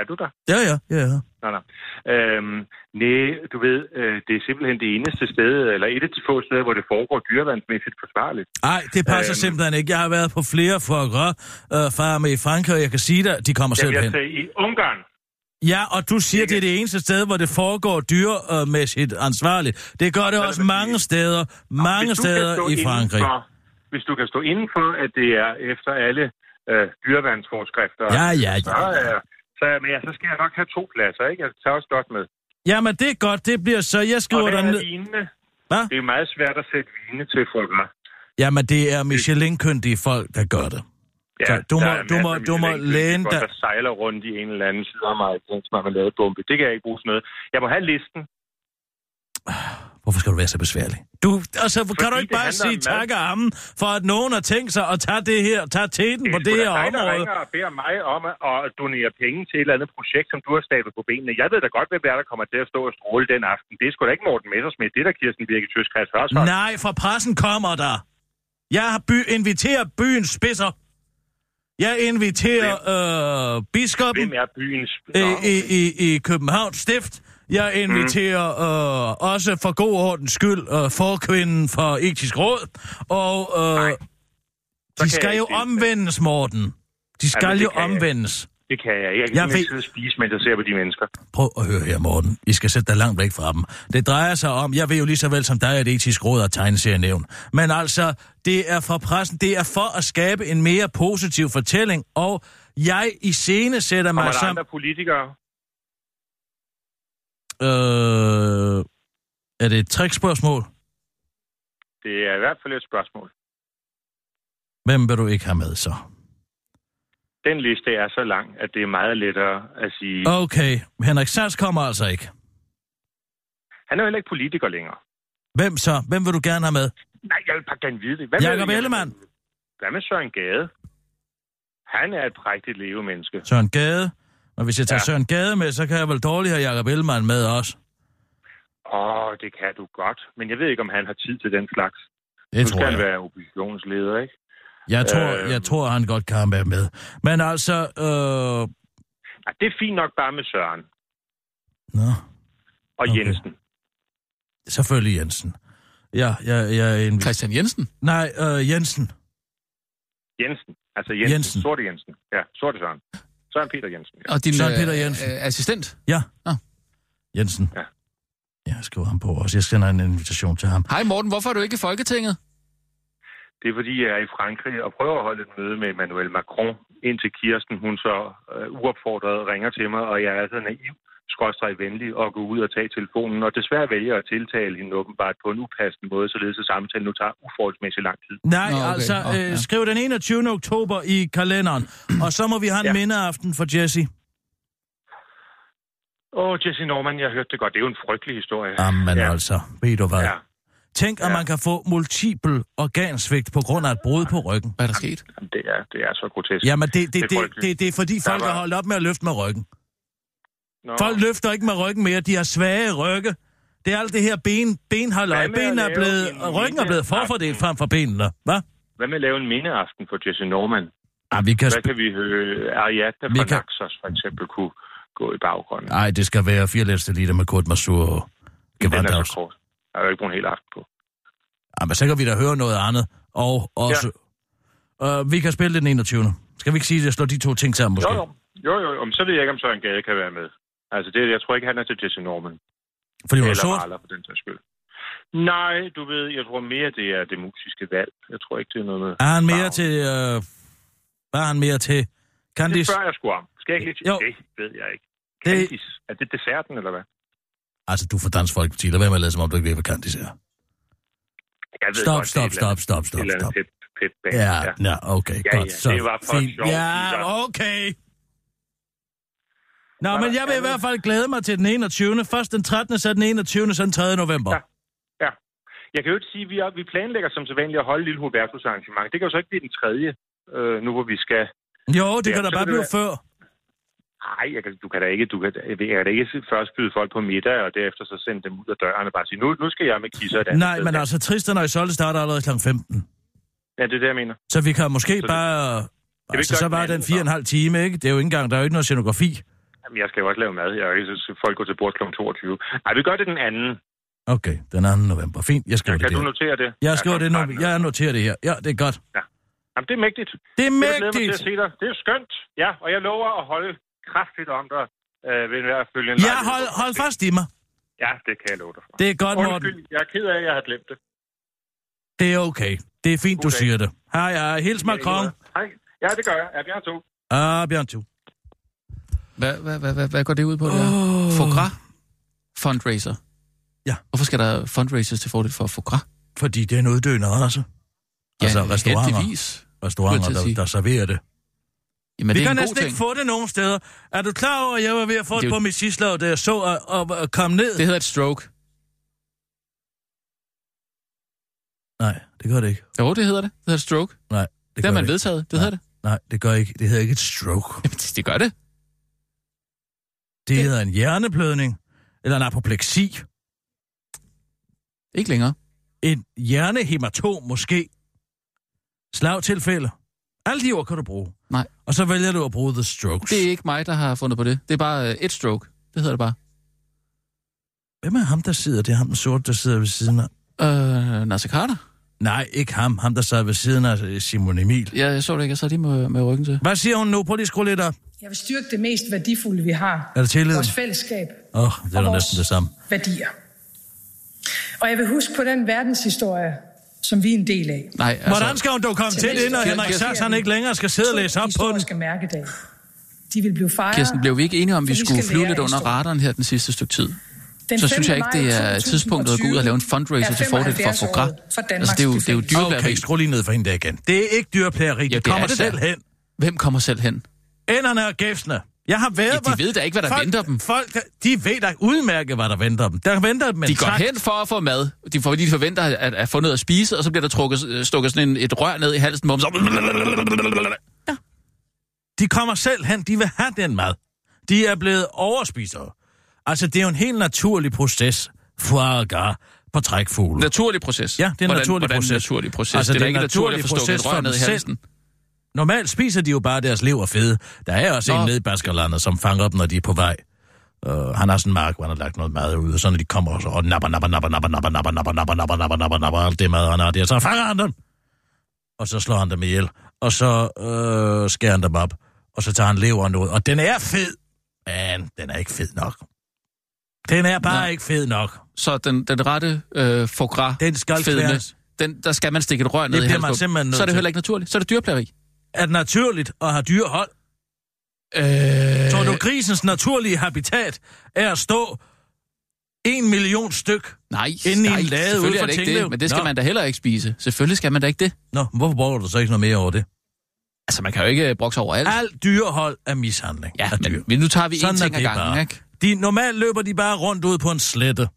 G: Er du der?
E: Ja, ja, ja. ja.
G: Nej, nej. Øhm, nej, du ved, øh, det er simpelthen det eneste sted, eller et af de få steder, hvor det foregår dyrevandsmæssigt forsvarligt.
E: Ej, det passer
G: Øhm.
E: simpelthen ikke. Jeg har været på flere foie gras øh, farme i Frankrig, og jeg kan sige dig, de kommer selv
G: Jamen, jeg
E: hen.
G: sagde i Ungarn.
E: Ja, og du siger, det er det eneste sted, hvor det foregår øh, dyremæssigt ansvarligt. Det gør det
G: er
E: også
G: det,
E: mange steder, mange
G: Hvis du kan
E: steder
G: stå
E: i Frankrig.
G: Indenfor, hvis du kan stå indenfor, at det er efter alle øh, dyrevandsforskrifter,
E: Ja, ja,
G: så,
E: ja.
G: øh, så, men ja, så skal jeg nok have to pladser, ikke? Jeg tager også godt med.
E: Jamen, det er godt. Det bliver så... Jeg
G: Og
E: skriver
G: hvad
E: dig
G: er
E: ned.
G: vinene?
E: Hvad?
G: Det er meget svært at sætte vine til folk. hva'?
E: Jamen, det er Michelin-køndige folk, der gør det.
G: Ja,
E: Så du
G: der
E: må-
G: er
E: du må-
G: masser af
E: du må
G: Michelin-køkken,
E: læne
G: folk,
E: dig-
G: der sejler rundt i en eller anden sydamerikansk marmeladebombe. Det kan jeg ikke bruge sådan noget. Jeg må have listen.
E: Hvorfor skal du være så besværlig? Du, altså, Fordi kan du
G: det
E: ikke bare
G: handler
E: sige
G: om mad.
E: tak og armen, for at nogen har tænkt sig at tage det her, tage teten på
G: sgu
E: det
G: da
E: her
G: dig, der
E: område?
G: ringer og beder mig om at- at donere penge til et eller andet projekt, som du har stablet på benene. Jeg ved da godt, hvem det er, der kommer til at stå og stråle den aften. Det er sgu da ikke Morten Messersmith. Det er der Kirsten Birke Tøskreds Hørsholm.
E: Nej, fra pressen kommer der. Jeg har by, inviteret byens spidser. Jeg inviterer øh, biskoppen
G: Hvem er Mhm. byens...
E: i, i, i, i Københavns Stift. Jeg inviterer øh, også for god ordens skyld øh, forkvinden for etisk råd. Og øh,
G: kan
E: de
G: jeg
E: skal jo
G: ikke deltage.
E: omvendes, Morten. De skal
G: det
E: jo
G: kan jeg ikke.
E: omvendes.
G: Det kan jeg ikke. Jeg kan
E: Jeg
G: simpelthen
E: ved-
G: ikke sidde og spise, mens jeg ser på de mennesker.
E: Prøv at høre her, Morten. I skal sætte dig langt væk fra dem. Det drejer sig om, jeg ved jo lige så vel som dig, at etisk råd og tegneserienævn. Men altså, det er for pressen, det er for at skabe en mere positiv fortælling, og jeg i scene sætter
G: Kommer
E: mig
G: der
E: som...
G: andre politikere?
E: Øh, er det et trickspørgsmål?
G: Det er i hvert fald et spørgsmål.
E: Hvem vil du ikke have med så?
G: Mm. Den liste er så lang, at det er meget lettere at sige...
E: Okay, Henrik Sass kommer altså ikke.
G: Han er jo heller ikke politiker længere.
E: Hvem så? Hvem vil du gerne have med?
G: Nej, jeg vil bare gerne vide det. Hvad med-
E: Jakob Ellemann.
G: Hvad med Søren Gade? Han er et prægtigt levemenneske.
E: Søren Gade? Og hvis jeg tager ja.
G: Ja.
E: Søren Gade med, så kan jeg vel dårligt have Jakob Ellemann med også.
G: Åh, oh, det kan du godt. Men jeg ved ikke, om han har tid til den slags.
E: Det tror
G: nu skal
E: jeg.
G: han være oppositionsleder, ikke?
E: Jeg tror,
G: Øhm.
E: jeg tror, han godt kan være med. Men altså, øh...
G: Ej, det er fint nok bare med Søren
E: Nå,
G: og
E: Okay.
G: okay. Jensen.
E: selvfølgelig Jensen. Ja, jeg, jeg er en...
D: Christian Jensen?
E: Nej, øh, Jensen.
G: Jensen. Altså
E: Jensen.
G: Jensen. Jensen. Sorte Jensen. Ja, Sorte Søren. Søren Peter Jensen. Ja.
D: Og din
E: Søren
D: øh,
E: Peter Jensen.
D: øh, assistent?
E: Ja.
D: Nå.
E: Jensen.
G: Ja.
E: Jeg skriver ham på også. Jeg sender en invitation til ham.
D: Hej Morten, hvorfor er du ikke i Folketinget?
G: Det er fordi, jeg er i Frankrig og prøver at holde et møde med Emmanuel Macron, indtil Kirsten, hun så øh, uopfordret ringer til mig, og jeg er så naiv, skråstrej venlig, og går ud og tage telefonen, og desværre vælger jeg at tiltale hende åbenbart på en upassende måde, således at samtalen nu tager uforholdsmæssigt lang tid.
E: Nej,
D: Nå,
E: Nå, okay.
D: okay.
E: altså,
D: Nå,
E: øh,
D: ja.
E: skriv den 21. oktober i kalenderen. og så må vi have en ja.
G: Ja.
E: mindeaften for Jesse.
G: Åh, oh, Jesse Norman, jeg hørte det godt. Det er jo en frygtelig historie.
E: Jamen
G: ja.
E: ja. altså, ved du hvad? Ja.
G: Ja.
E: Tænk, at ja.
G: Ja.
E: man kan få multiple organsvigt på grund af et brud på ryggen.
D: Hvad er der sket?
G: Jamen, Det er, det er så grotesk.
E: Jamen, det, det,
G: Det
E: det,
G: er
E: det,
G: frygteligt.
E: det, det er fordi folk
G: var-
E: har holdt op med at løfte med ryggen.
G: Nå,
E: Folk løfter ikke med ryggen mere. De har svage rygge. Det er alt det her ben, benhalløj.
G: Hvad med at
E: Benene er
G: lave
E: blevet,
G: en
E: ryggen er blevet
G: lille
E: forfordelt
G: aften?
E: frem for benene. Hvad?
G: Hvad med at lave en mindeaften for Jesse Norman?
E: Ej, Ah, vi kan...
G: Hvad
E: Sp-
G: kan vi høre? Ariadne
E: Vi
G: fra
E: kan-
G: Naxos for eksempel kunne gå i baggrunden.
E: Ej, det skal være fire læste liter med Kurt Masur og
G: Den er
E: Gewandhaus.
G: så kort. Jeg har jo ikke brugt en hel aften på.
E: Ej, Ah, men så kan vi da høre noget andet. Og også... Ja. Uh, vi kan spille det den 21. Skal vi ikke sige, at jeg slår de to ting sammen, måske?
G: Jo, jo. Jo, jo, jo. Men så ved jeg ikke, om Søren Gade kan være med. Altså, det, jeg tror ikke, han er til Jesse Norman.
E: Fordi hun er
G: Eller
E: sort.
G: Mahler, for den sags skyld. Nej, du ved, jeg tror mere, det er det musiske valg. Jeg tror ikke, det er noget med...
E: Er han mere
G: farven.
E: til... Uh, hvad er han mere til?
G: Det
E: Candice?
G: spørger jeg sgu om. Skal jeg ikke lige...
E: Jo.
G: Det ved jeg ikke.
E: Det-
G: Candice. Er det desserten, eller hvad?
E: Altså, du får Dansk Folkeparti. Lad være med at lade, som om du ikke ved, hvad Candice er.
G: Jeg ved
E: Stop,
G: godt, det er
E: stop,
G: et eller
E: stop,
G: andet-
E: stop,
G: et
E: stop,
G: eller andet
E: stop.
G: Pep, pep band,
E: Ja, ja, okay,
G: Ja,
E: godt.
G: ja,
E: så
G: det var for
E: fint.
G: sjov, Peter.
E: Ja, okay. Nå,
G: Var
E: men
G: der
E: jeg vil i
G: andet?
E: hvert fald glæde mig til den 21. Først den 13., så den 21., så den 3. november.
G: Ja. Jeg kan jo ikke sige, at vi, er, vi planlægger som så vanligt at holde Lille Hubertus arrangement. Det kan jo så ikke blive den tredje, øh, nu hvor vi skal.
E: Jo, det
G: Ja,
E: kan da
G: så
E: bare
G: vil det
E: blive før.
G: Ej, jeg kan, du kan da ikke, du kan, jeg kan da ikke først byde folk på middag, og derefter så sende dem ud af døren og bare sige, nu, nu skal jeg med kisser og dans.
E: Nej, men altså, Tristan og Isolde starter allerede kl. 15.
G: Ja, det er det, jeg mener.
E: Så vi kan måske
G: det-
E: bare...
G: vi
E: Altså,
G: gøre
E: så
G: den
E: bare
G: anden
E: den fire og en halv time, ikke? Det er jo ikke engang, der er jo ikke noget scenografi.
G: Jamen, jeg skal jo også lave mad. Jeg kan ikke så folk går til bord kl. 22. Nej, vi gør det den anden.
E: Okay, den 2. november. Fint, jeg skriver
G: Kan
E: det
G: du
E: der.
G: notere det?
E: Jeg skriver
G: Ja,
E: det nu.
G: tak.
E: Jeg noterer det her. Ja, det er godt.
G: Jamen, det er mægtigt.
E: Det er
G: Jeg glæder mig til
E: mægtigt!
G: at se dig. Det er skønt. Ja, og jeg lover at holde kraftigt om dig øh, ved enhver følge.
E: Ja, hold, hold fast i mig.
G: Ja, det kan jeg love dig for.
E: Det er godt, Morten.
G: Undskyld, jeg er ked af, at jeg har glemt det.
E: Det er okay. Det er fint, du
G: God dag.
E: siger det. Hej, hej. Hils
G: Ja,
E: Macron.
G: Hej. Ja, det gør jeg. Ja, vi har to.
E: Ah, Bjørn Thu.
D: Hvad, hvad, hvad, hvad, hvad går det ud på? Oh. Foie gras? Fundraiser?
E: Ja.
D: Hvorfor skal der fundraisers til fordel for foie gras?
E: Fordi det er en uddøende race. Altså, restauranter.
D: heldigvis.
E: Restauranter,
D: Skulle jeg til at
E: der,
D: sige.
E: der serverer det.
D: Jamen, det
E: Vi
D: er
E: kan
D: en god
E: næsten
D: ting.
E: ikke få det nogen steder. Er du klar over, at jeg var ved at få
D: Det
E: det
D: er
E: på
D: jo-
E: mit sidslag, da jeg så og, og, og kom ned?
D: Det hedder et stroke.
E: Nej, det gør det ikke.
D: Jo, det hedder det. Det hedder et stroke. Det,
E: Nej, det,
D: det har
E: gør
D: man
E: det ikke.
D: vedtaget. Det hedder det.
E: Nej, det gør ikke. Det hedder ikke et stroke.
D: Jamen, det, det gør det.
E: Det hedder en hjerneblødning. Eller en apopleksi.
D: Ikke længere.
E: En hjernehematom måske. Slagtilfælde. Alle de ord kan du bruge.
D: Nej.
E: Og så vælger du at bruge the strokes.
D: Det er ikke mig, der har fundet på det. Det er bare øh, et stroke. Det hedder det bare.
E: Hvem er ham, der sidder? Det er ham den sorte, der sidder ved siden af.
D: Øh, Nasser Carter?
E: Nej, ikke ham. Ham, der sad ved siden af øh, Simon Emil.
D: Ja, jeg så det ikke. Jeg sad lige med, med ryggen til.
E: Hvad siger hun nu? Prøv lige at skrue lidt op.
C: Jeg vil styrke det mest værdifulde, vi har.
E: Er det tillid?
C: Vores fællesskab
E: Åh, oh, det er
C: og
E: da
C: vores
E: næsten det samme.
D: Altså-
C: værdier. Og jeg vil huske på den verdenshistorie, som vi er en del af.
D: Nej, altså...
E: Hvordan skal hun dog komme til det, når
D: Kirsten-
E: Henrik Sachs han ikke længere skal sidde og læse op på den?
C: historiske mærkedage. De vil blive fejret.
D: Kirsten, blev vi ikke enige om, at vi
C: for vi
D: skulle
C: skal
D: flyve
C: lære
D: lidt under
C: historie.
D: radaren her den sidste stykke tid?
C: Den
D: så synes jeg ikke,
C: 5.
D: det er
C: maj
D: tidspunktet at gå ud og lave en fundraiser til fordel for
C: 75
D: foie gras.
C: året for Danmarks
D: Altså, det er jo, det er jo
C: befrielse.
D: dyrplageri.
E: Okay, skru lige ned for hende der igen. Det er ikke dyrplageri.
D: Ja,
E: det
D: det er
E: kommer
D: det
E: selv
D: da.
E: hen.
D: Hvem kommer selv hen?
E: Enderne og gæfsene. Jeg har været...
D: Ja, de
E: hvor-
D: ved da ikke, hvad der
E: folk,
D: venter dem.
E: Folk, der- de ved da udmærket, hvad der venter dem. Der venter dem en
D: De går
E: trakt.
D: hen for at få mad, de, for de forventer at, at få noget at spise, og så bliver der trukket, øh, stukket sådan en, et rør ned i halsen på dem. Så...
E: De kommer selv hen. De vil have den mad. De er blevet overspisere. Altså, det er jo en helt naturlig proces. Foie gras på trækfugle.
D: Naturlig proces.
E: Ja, det er en
D: hvordan,
E: naturlig
D: hvordan
E: proces.
D: naturlig proces.
E: Altså,
D: Altså, det er
E: det
D: da
E: er
D: ikke
E: en
D: naturligt at få
E: naturlig
D: stukket et
E: proces for
D: rør ned i
E: dem selv.
D: halsen.
E: Normalt spiser de jo bare deres lever fede. Der er også Nå. en
D: Nå.
E: nede i Baskerlandet, som fanger dem, når de er på vej. Uh, han har sådan en mark, hvor han har lagt noget mad ud, og så når de kommer så, og napper, napper, napper, napper, napper, napper, napper, napper, napper, napper, napper, napper, alt det mad, han har der, så fanger han dem. Og så slår han dem ihjel, og så øh, skærer han dem op, og så tager han leveren ud, og den er fed, men den er ikke fed nok. Den er bare
D: Nå.
E: ikke fed nok.
D: Så den, den rette øh, foie gras
E: Den skal
D: fedme,
E: kværnes.
D: den, der skal man stikke et rør ned i halsen.
E: bliver
D: på
E: man
D: dem.
E: simpelthen nødt
D: så er det
E: til.
D: heller ikke naturligt. Så er det dyrplageri.
E: Er det naturligt at have dyre hold?
D: Øh,
E: Tror du, grisens naturlige habitat er at stå en million styk?
D: Nej,
E: Inde i
D: nej,
E: en lade
D: selvfølgelig
E: ude for
D: er det ikke
E: Tinglev.
D: det, men det skal
E: Nå.
D: Nå. man da heller ikke spise. Selvfølgelig skal man da ikke det.
E: Nå, hvorfor bruger du så ikke noget mere over det?
D: Altså, man kan jo ikke øh, brokse over alt.
E: Alt dyrehold er mishandling
D: Ja,
E: af dyr.
D: men, men nu tager vi
E: Sådan
D: én
E: er
D: ting ad
E: det
D: gangen,
E: bare.
D: ikke?
E: De, normalt løber de bare rundt ud på en slette.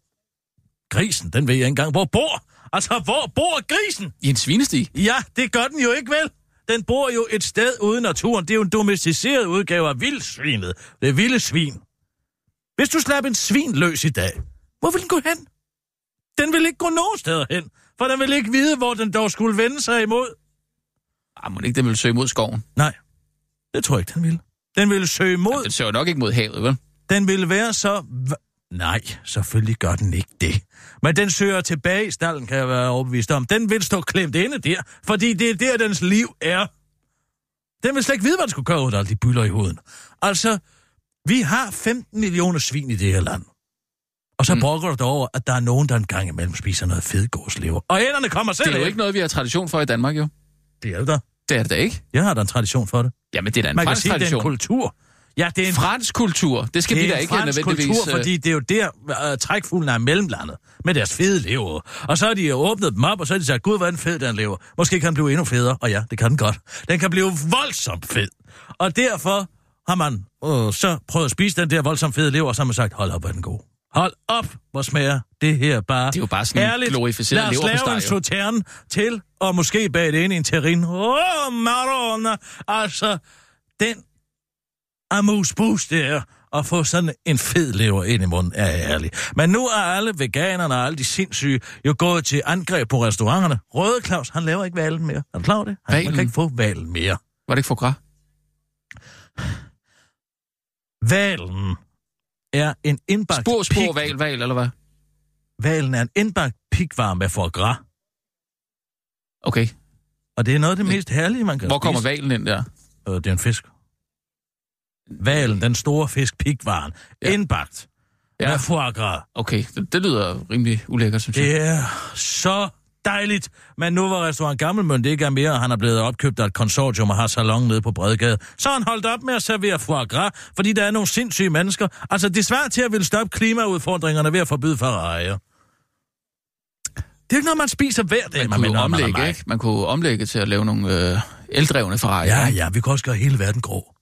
E: Grisen, den ved jeg ikke engang, hvor bor. Altså, hvor bor grisen?
D: I en svinesti.
E: Ja, det gør den jo ikke, vel? Den bor jo et sted ude i naturen. Det er jo en domesticeret udgave af vildsvinet. Det er vilde svin. Hvis du slap en svin løs i dag, hvor vil den gå hen? Den vil ikke gå nogen steder hen, for den vil ikke vide, hvor den dog skulle vende sig imod.
D: Ah, må ikke den vil søge mod skoven?
E: Nej, det tror jeg ikke, den vil. Den vil søge mod.
D: Den søger nok ikke mod havet, vel?
E: Den vil være så... v- Nej, selvfølgelig gør den ikke det. Men den søger tilbage i stallen, kan jeg være overbevist om. Den vil stå klemt inde der, fordi det er der, dens liv er. Den vil slet ikke vide, hvad den skulle gøre ud af alle de byller i huden. Altså, vi har 15 millioner svin i det her land. Og så mm. brokker du dig over, at der er nogen, der en gang imellem spiser noget fedgårdslever. Og hænderne kommer selv
D: Det er jo ikke noget, vi har tradition for i Danmark, jo.
E: Det er det da.
D: Det er det da ikke.
E: Jeg har da en tradition for det.
D: Jamen, det er da en
E: Man kan
D: fransk
E: sige, det er en
D: tradition.
E: kultur. Ja, det er en
D: Fransk kultur, det skal vi
E: det
D: da
E: er en
D: ikke
E: fransk
D: nødvendigvis...
E: kultur,
D: øh,
E: fordi det er jo der, øh, trækfuglene er mellemlandet med deres fede lever. Og så har de åbnet dem op, og så har de sagt, gud, hvor er den fed, den lever. Måske kan den blive endnu federe, og ja, det kan den godt. Den kan blive voldsomt fed. Og derfor har man øh, så prøvet at spise den der voldsomt fede lever, og så har man sagt, hold op, hvor er den god. Hold op, hvor smager det her bare.
D: Det er jo bare sådan en
E: Herligt.
D: glorificeret
E: Lad os
D: leverpostej,
E: lave en
D: jo.
E: sauterne til, og måske bage det ind i en terrin. Åh, oh, marona. Altså, den amus bus det er at få sådan en fed lever ind i munden, er jeg ærlig. Men nu er alle veganerne og alle de sindssyge jo gået til angreb på restauranterne. Røde Claus, han laver ikke valen mere. Er du klar over det? Han, man
D: Hvalen?
E: kan ikke få valen mere.
D: øh, Var det ikke for græ?
E: Valen er en indbagt
D: Spor, spor,
E: pig-
D: val, val, eller hvad?
E: Valen er en indbagt pikvarm med foie gras.
D: Okay.
E: Og det er noget af det mest herlige, man kan
D: Hvor kommer
E: spise.
D: valen ind der?
E: Øh, det er en fisk. Valen, den store fisk, pikvaren.
D: Ja.
E: Ja. Indbagt. Ja.
D: Ja,
E: Med foie gras.
D: okay. Det, det lyder rimelig ulækkert, synes jeg.
E: Det er så dejligt. Men nu var restaurant Gammelmønt ikke er mere, og han er blevet opkøbt af et konsortium og har salon nede på Bredegade. Så er han holdt op med at servere foie gras, fordi der er nogle sindssyge mennesker. Altså, det er svært til at ville stoppe klimaudfordringerne ved at forbyde Ferrari'er. Det er ikke noget, man spiser hver dag,
D: Man kunne jo
E: mindre er
D: omlægge,
E: mig.
D: ikke? Man kunne omlægge til at lave nogle øh, eldrevne Ferrari.
E: Ja, ja, vi kan også gøre hele verden grå.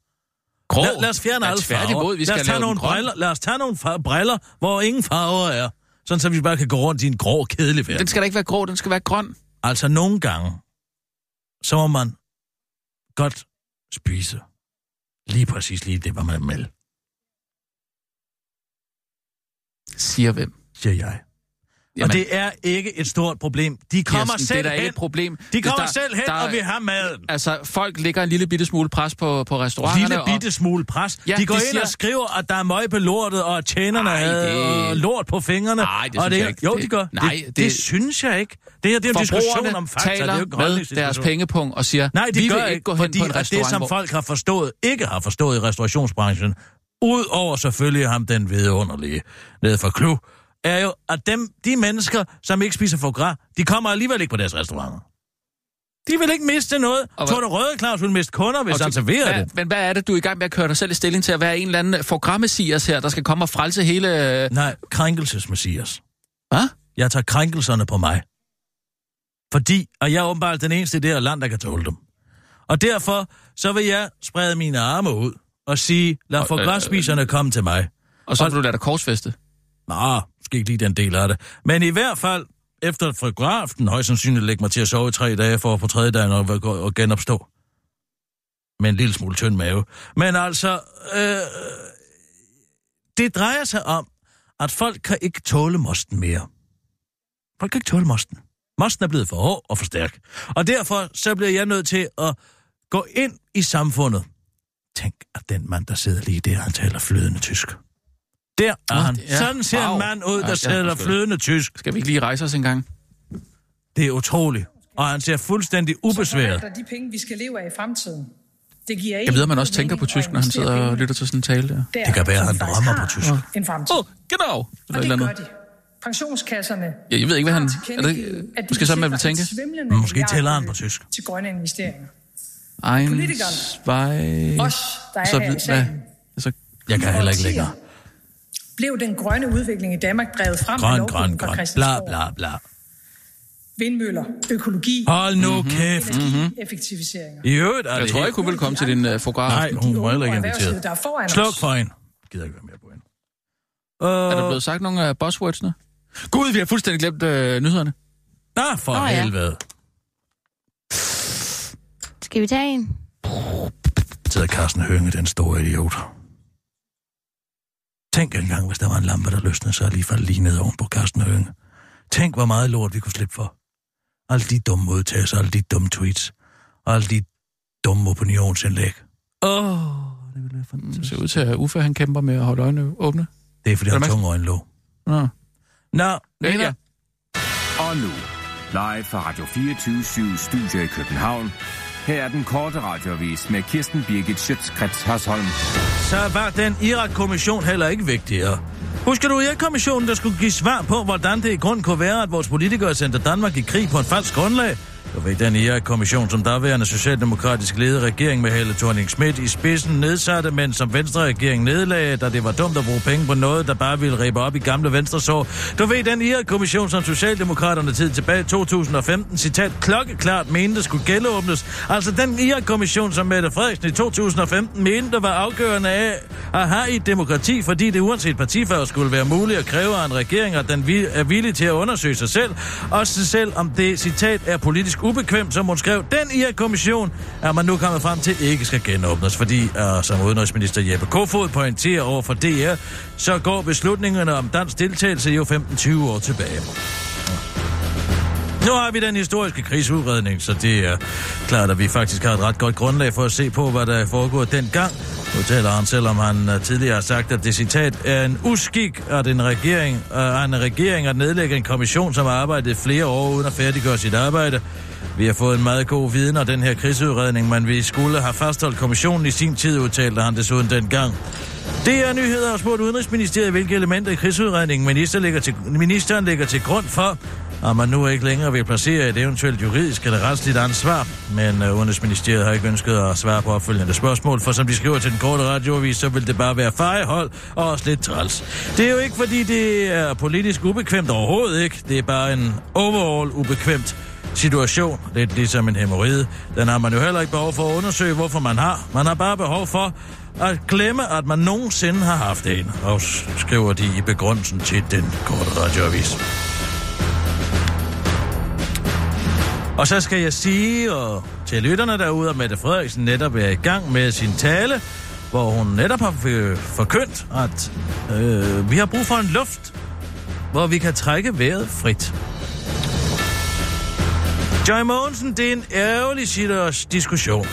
D: Grå.
E: Lad, lad os fjerne
D: Ja,
E: alle farver.
D: tværtimod, vi skal
E: lad, os
D: lave
E: tage nogle
D: den grøn.
E: briller, lad os tage nogle far- briller, hvor ingen farver er. Sådan, så vi bare kan gå rundt i en grå, kedelig verden.
D: Den skal da ikke være grå, den skal være grøn.
E: Altså, nogle gange, så må man godt spise lige præcis lige det, hvad man vil,
D: Siger hvem?
E: siger jeg. Jamen.
D: Jamen.
E: Og det er ikke et stort problem. De kommer
D: Kirsten,
E: selv
D: det er da
E: hen.
D: ikke et problem.
E: De
D: Hvis
E: kommer
D: der-
E: selv hen
D: der-
E: og vil have maden.
D: Altså, folk lægger en lille bitte smule pres på, på restauranterne.
E: Lille bitte smule pres.
D: Ja,
E: Ja, de går
D: de
E: ind
D: siger-
E: siger... og skriver, at der er møg på lortet, og at tjenerne
D: Ej,
E: havde
D: det-
E: øh, lort på fingrene.
D: Ej, det
E: og
D: synes jeg ikke.
E: Jo,
D: Det-
E: de gør.
D: nej,
E: det,
D: det-
E: det, det synes jeg ikke. Det her det er
D: Og
E: en diskussion
D: forbrugerne
E: om fakta. det er
D: taler
E: jo ikke en
D: med deres
E: holdningsdiskussion.
D: pengepung og siger,
E: Nej, de
D: vi
E: gør
D: vil
E: ikke,
D: ikke gå hen
E: fordi
D: på en
E: at det,
D: restaurant,
E: som
D: hvor-
E: folk har forstået, ikke har forstået i restaurationsbranchen, udover selvfølgelig ham, den vidunderlige nede fra Klu, er jo, at dem, de mennesker, som ikke spiser foie gras, de kommer alligevel ikke på deres restauranter. De vil ikke miste noget.
D: Og hvad-
E: Tror du, Røde Claus vil miste kunder, hvis
D: Og
E: han
D: du-
E: serverer
D: hvad,
E: det?
D: Men hvad er det, du er i gang med at køre dig selv i stilling til at være en eller anden forgrammesias her, der skal komme og frelse hele... Hvad?
E: Nej, krænkelsesmessias. Jeg tager krænkelserne på mig. Fordi, og jeg er åbenbart den eneste i det her land, der kan tåle dem. Og derfor, så vil jeg sprede mine arme ud og sige, lad
D: Og-
E: for
D: øh,
E: græsspiserne komme til mig.
D: Og så
E: Og-
D: vil du lade dig korsfeste.
E: Nå, skal ikke lige den del af det. Men i hvert fald, efter fotografen, højst sandsynligt lægge mig til at sove i tre dage, for at på tredje dagen at, at genopstå. Med en lille smule tynd mave. Men altså, øh, det drejer sig om, at folk kan ikke tåle mosten mere. Folk kan ikke tåle mosten. Mosten er blevet for hård og for stærk. Og derfor så bliver jeg nødt til at gå ind i samfundet. Tænk, at den mand, der sidder lige der, han taler flydende tysk. Der er
D: Nå,
E: han.
D: det er-
E: Sådan ser
D: Wow.
E: en mand ud,
D: Ja,
E: der
D: ja,
E: taler
D: undskyld.
E: flydende tysk.
D: Skal vi ikke lige rejse os en gang?
E: Det er utroligt. Og han ser fuldstændig
C: Så
E: ubesværet.
C: forvalter de penge, vi skal leve af i fremtiden. Det giver
D: Jeg ved, at man
C: egentlig
D: også tænker på
C: mening at
D: tysk, når han
C: investere
D: sidder og
C: pengene
D: lytter til sådan en tale der.
C: der,
E: Det kan være,
C: som
E: han
C: faktisk
E: drømmer
C: har
E: på tysk.
C: En fremtid.
D: Åh, genau! Eller
C: Og
D: et
C: det
D: eller
C: gør
D: andet.
C: de. Pensionskasserne
D: Ja, jeg ved ikke, hvad han...
C: har
D: Er det,
C: tilkendegivet,
D: ikke- øh,
C: at de
D: måske sådan, man
C: vil
D: vil
C: sikre
D: tænke?
C: et svimlende
E: Måske tæller han på
C: milliardbeløb
E: tysk.
C: Til grønne investeringer.
D: Ejens
C: Politikerne.
D: vej...
C: Os, der er
D: Så,
C: her i
D: hvad?
C: salen.
D: Altså,
E: Jeg kan heller ikke længere.
C: Blev den grønne udvikling i Danmark drevet frem af
E: Grøn, grøn,
C: lovgivning fra
E: grøn. Bla,
C: Christiansborg?
E: bla, bla.
C: Vindmøller, økologi,
E: Hold nu kæft.
C: energieffektiviseringer.
D: Mm-hmm.
E: I øvrigt er
D: Mhm. jeg
E: det
D: tror
E: helt-
D: ikke, hun vil komme til din uh, fotografen.
E: Nej, hun må heller
C: Og
E: ikke
C: erhvervslivet,
E: inviteret.
C: der er foran
E: Sluk
C: os.
E: for hende. Jeg gider ikke være mere på hende.
D: Er der
E: Øh,
D: blevet sagt nogle af buzzwordsene? Gud, vi har fuldstændig glemt øh, nyhederne.
E: Nå, for
F: Nå, ja.
E: helvede.
F: Skal vi tage en?
E: sidder Carsten Hønge, den store idiot. Tænk engang, hvis der var en lampe, der løsnede sig og lige faldt lige ned oven på Carsten Hønge. Tænk, hvor meget lort vi kunne slippe for. Alle de dumme modtagelser, alle de dumme tweets, og alle de dumme opinionsindlæg. Åh, oh, det ville være
D: Det
E: fantastisk.
D: ser ud til, at Uffe han kæmper med at holde øjnene åbne.
E: Det er, fordi
D: Er
E: han
D: der
E: tunge øjenlåg.
D: Nå.
E: Nå,
D: Ja, ja.
E: Nina,
H: Og nu, live fra Radio 24 Studio i København. Her er den korte radiovis med Kirsten Birgit Schøtzgrads Hasholm.
E: så var den Irak-kommission heller ikke vigtigere. Husker du Irak-kommissionen, der skulle give svar på, hvordan det i grund kunne være, at vores politikere sendte Danmark i krig på en falsk grundlag? Det var i den Irak-kommission, som daværende socialdemokratisk ledet regering med Helle thorning Schmidt i spidsen nedsatte, men som venstre regering nedlagde, da det var dumt at bruge penge på noget, der bare ville rippe op i gamle venstre sår. Du ved den Irak-kommission, som Socialdemokraterne tid tilbage i 2015, citat, klokkeklart mente skulle genåbnes. Altså den Irak-kommission, som Mette Frederiksen i 2015 mente var afgørende af at have i et demokrati, fordi det uanset partifarve skulle være muligt at kræve af en regering, at den vi- er villig til at undersøge sig selv, også selv om det, citat, er politisk ubekvemt, som hun skrev, den i kommission er man nu kommet frem til ikke skal genåbnes, fordi, øh, som udenrigsminister Jeppe Kofod pointerer over for DR, så går beslutningerne om dansk deltagelse jo 15-20 år tilbage. Nu har vi den historiske krigsudredning, så det er klart, at vi faktisk har et ret godt grundlag for at se på, hvad der er foregået dengang. Nu taler han, selvom han øh, tidligere har sagt, at det citat er en uskik, at en regering, øh, en regering at nedlægge en kommission, som har arbejdet flere år uden at færdiggøre sit arbejde. Vi har fået en meget god viden af den her krigsudredning, men vi skulle have fastholdt kommissionen i sin tid, udtalte han desuden dengang. Det er nyheder og spurgt Udenrigsministeriet, hvilke elementer i krigsudredningen minister ligger til, ministeren lægger til grund for, at man nu ikke længere vil placere et eventuelt juridisk eller retsligt ansvar. Men uh, Udenrigsministeriet har ikke ønsket at svare på opfølgende spørgsmål, for som de skriver til den korte radioavis, så vil det bare være fejehold og også lidt træls. Det er jo ikke, fordi det er politisk ubekvemt overhovedet ikke. Det er bare en overall ubekvemt situation, lidt ligesom en hemorrhide. Den har man jo heller ikke behov for at undersøge, hvorfor man har. Man har bare behov for at glemme, at man nogensinde har haft en, og s- skriver de i begrundelsen til den korte radioavis. Og så skal jeg sige og til lytterne derude, at Mette Frederiksen netop er i gang med sin tale, hvor hun netop har øh, forkyndt, at øh, vi har brug for en luft, hvor vi kan trække vejret frit. Joy Mogensen, det er en ærgerlig sitters diskussion.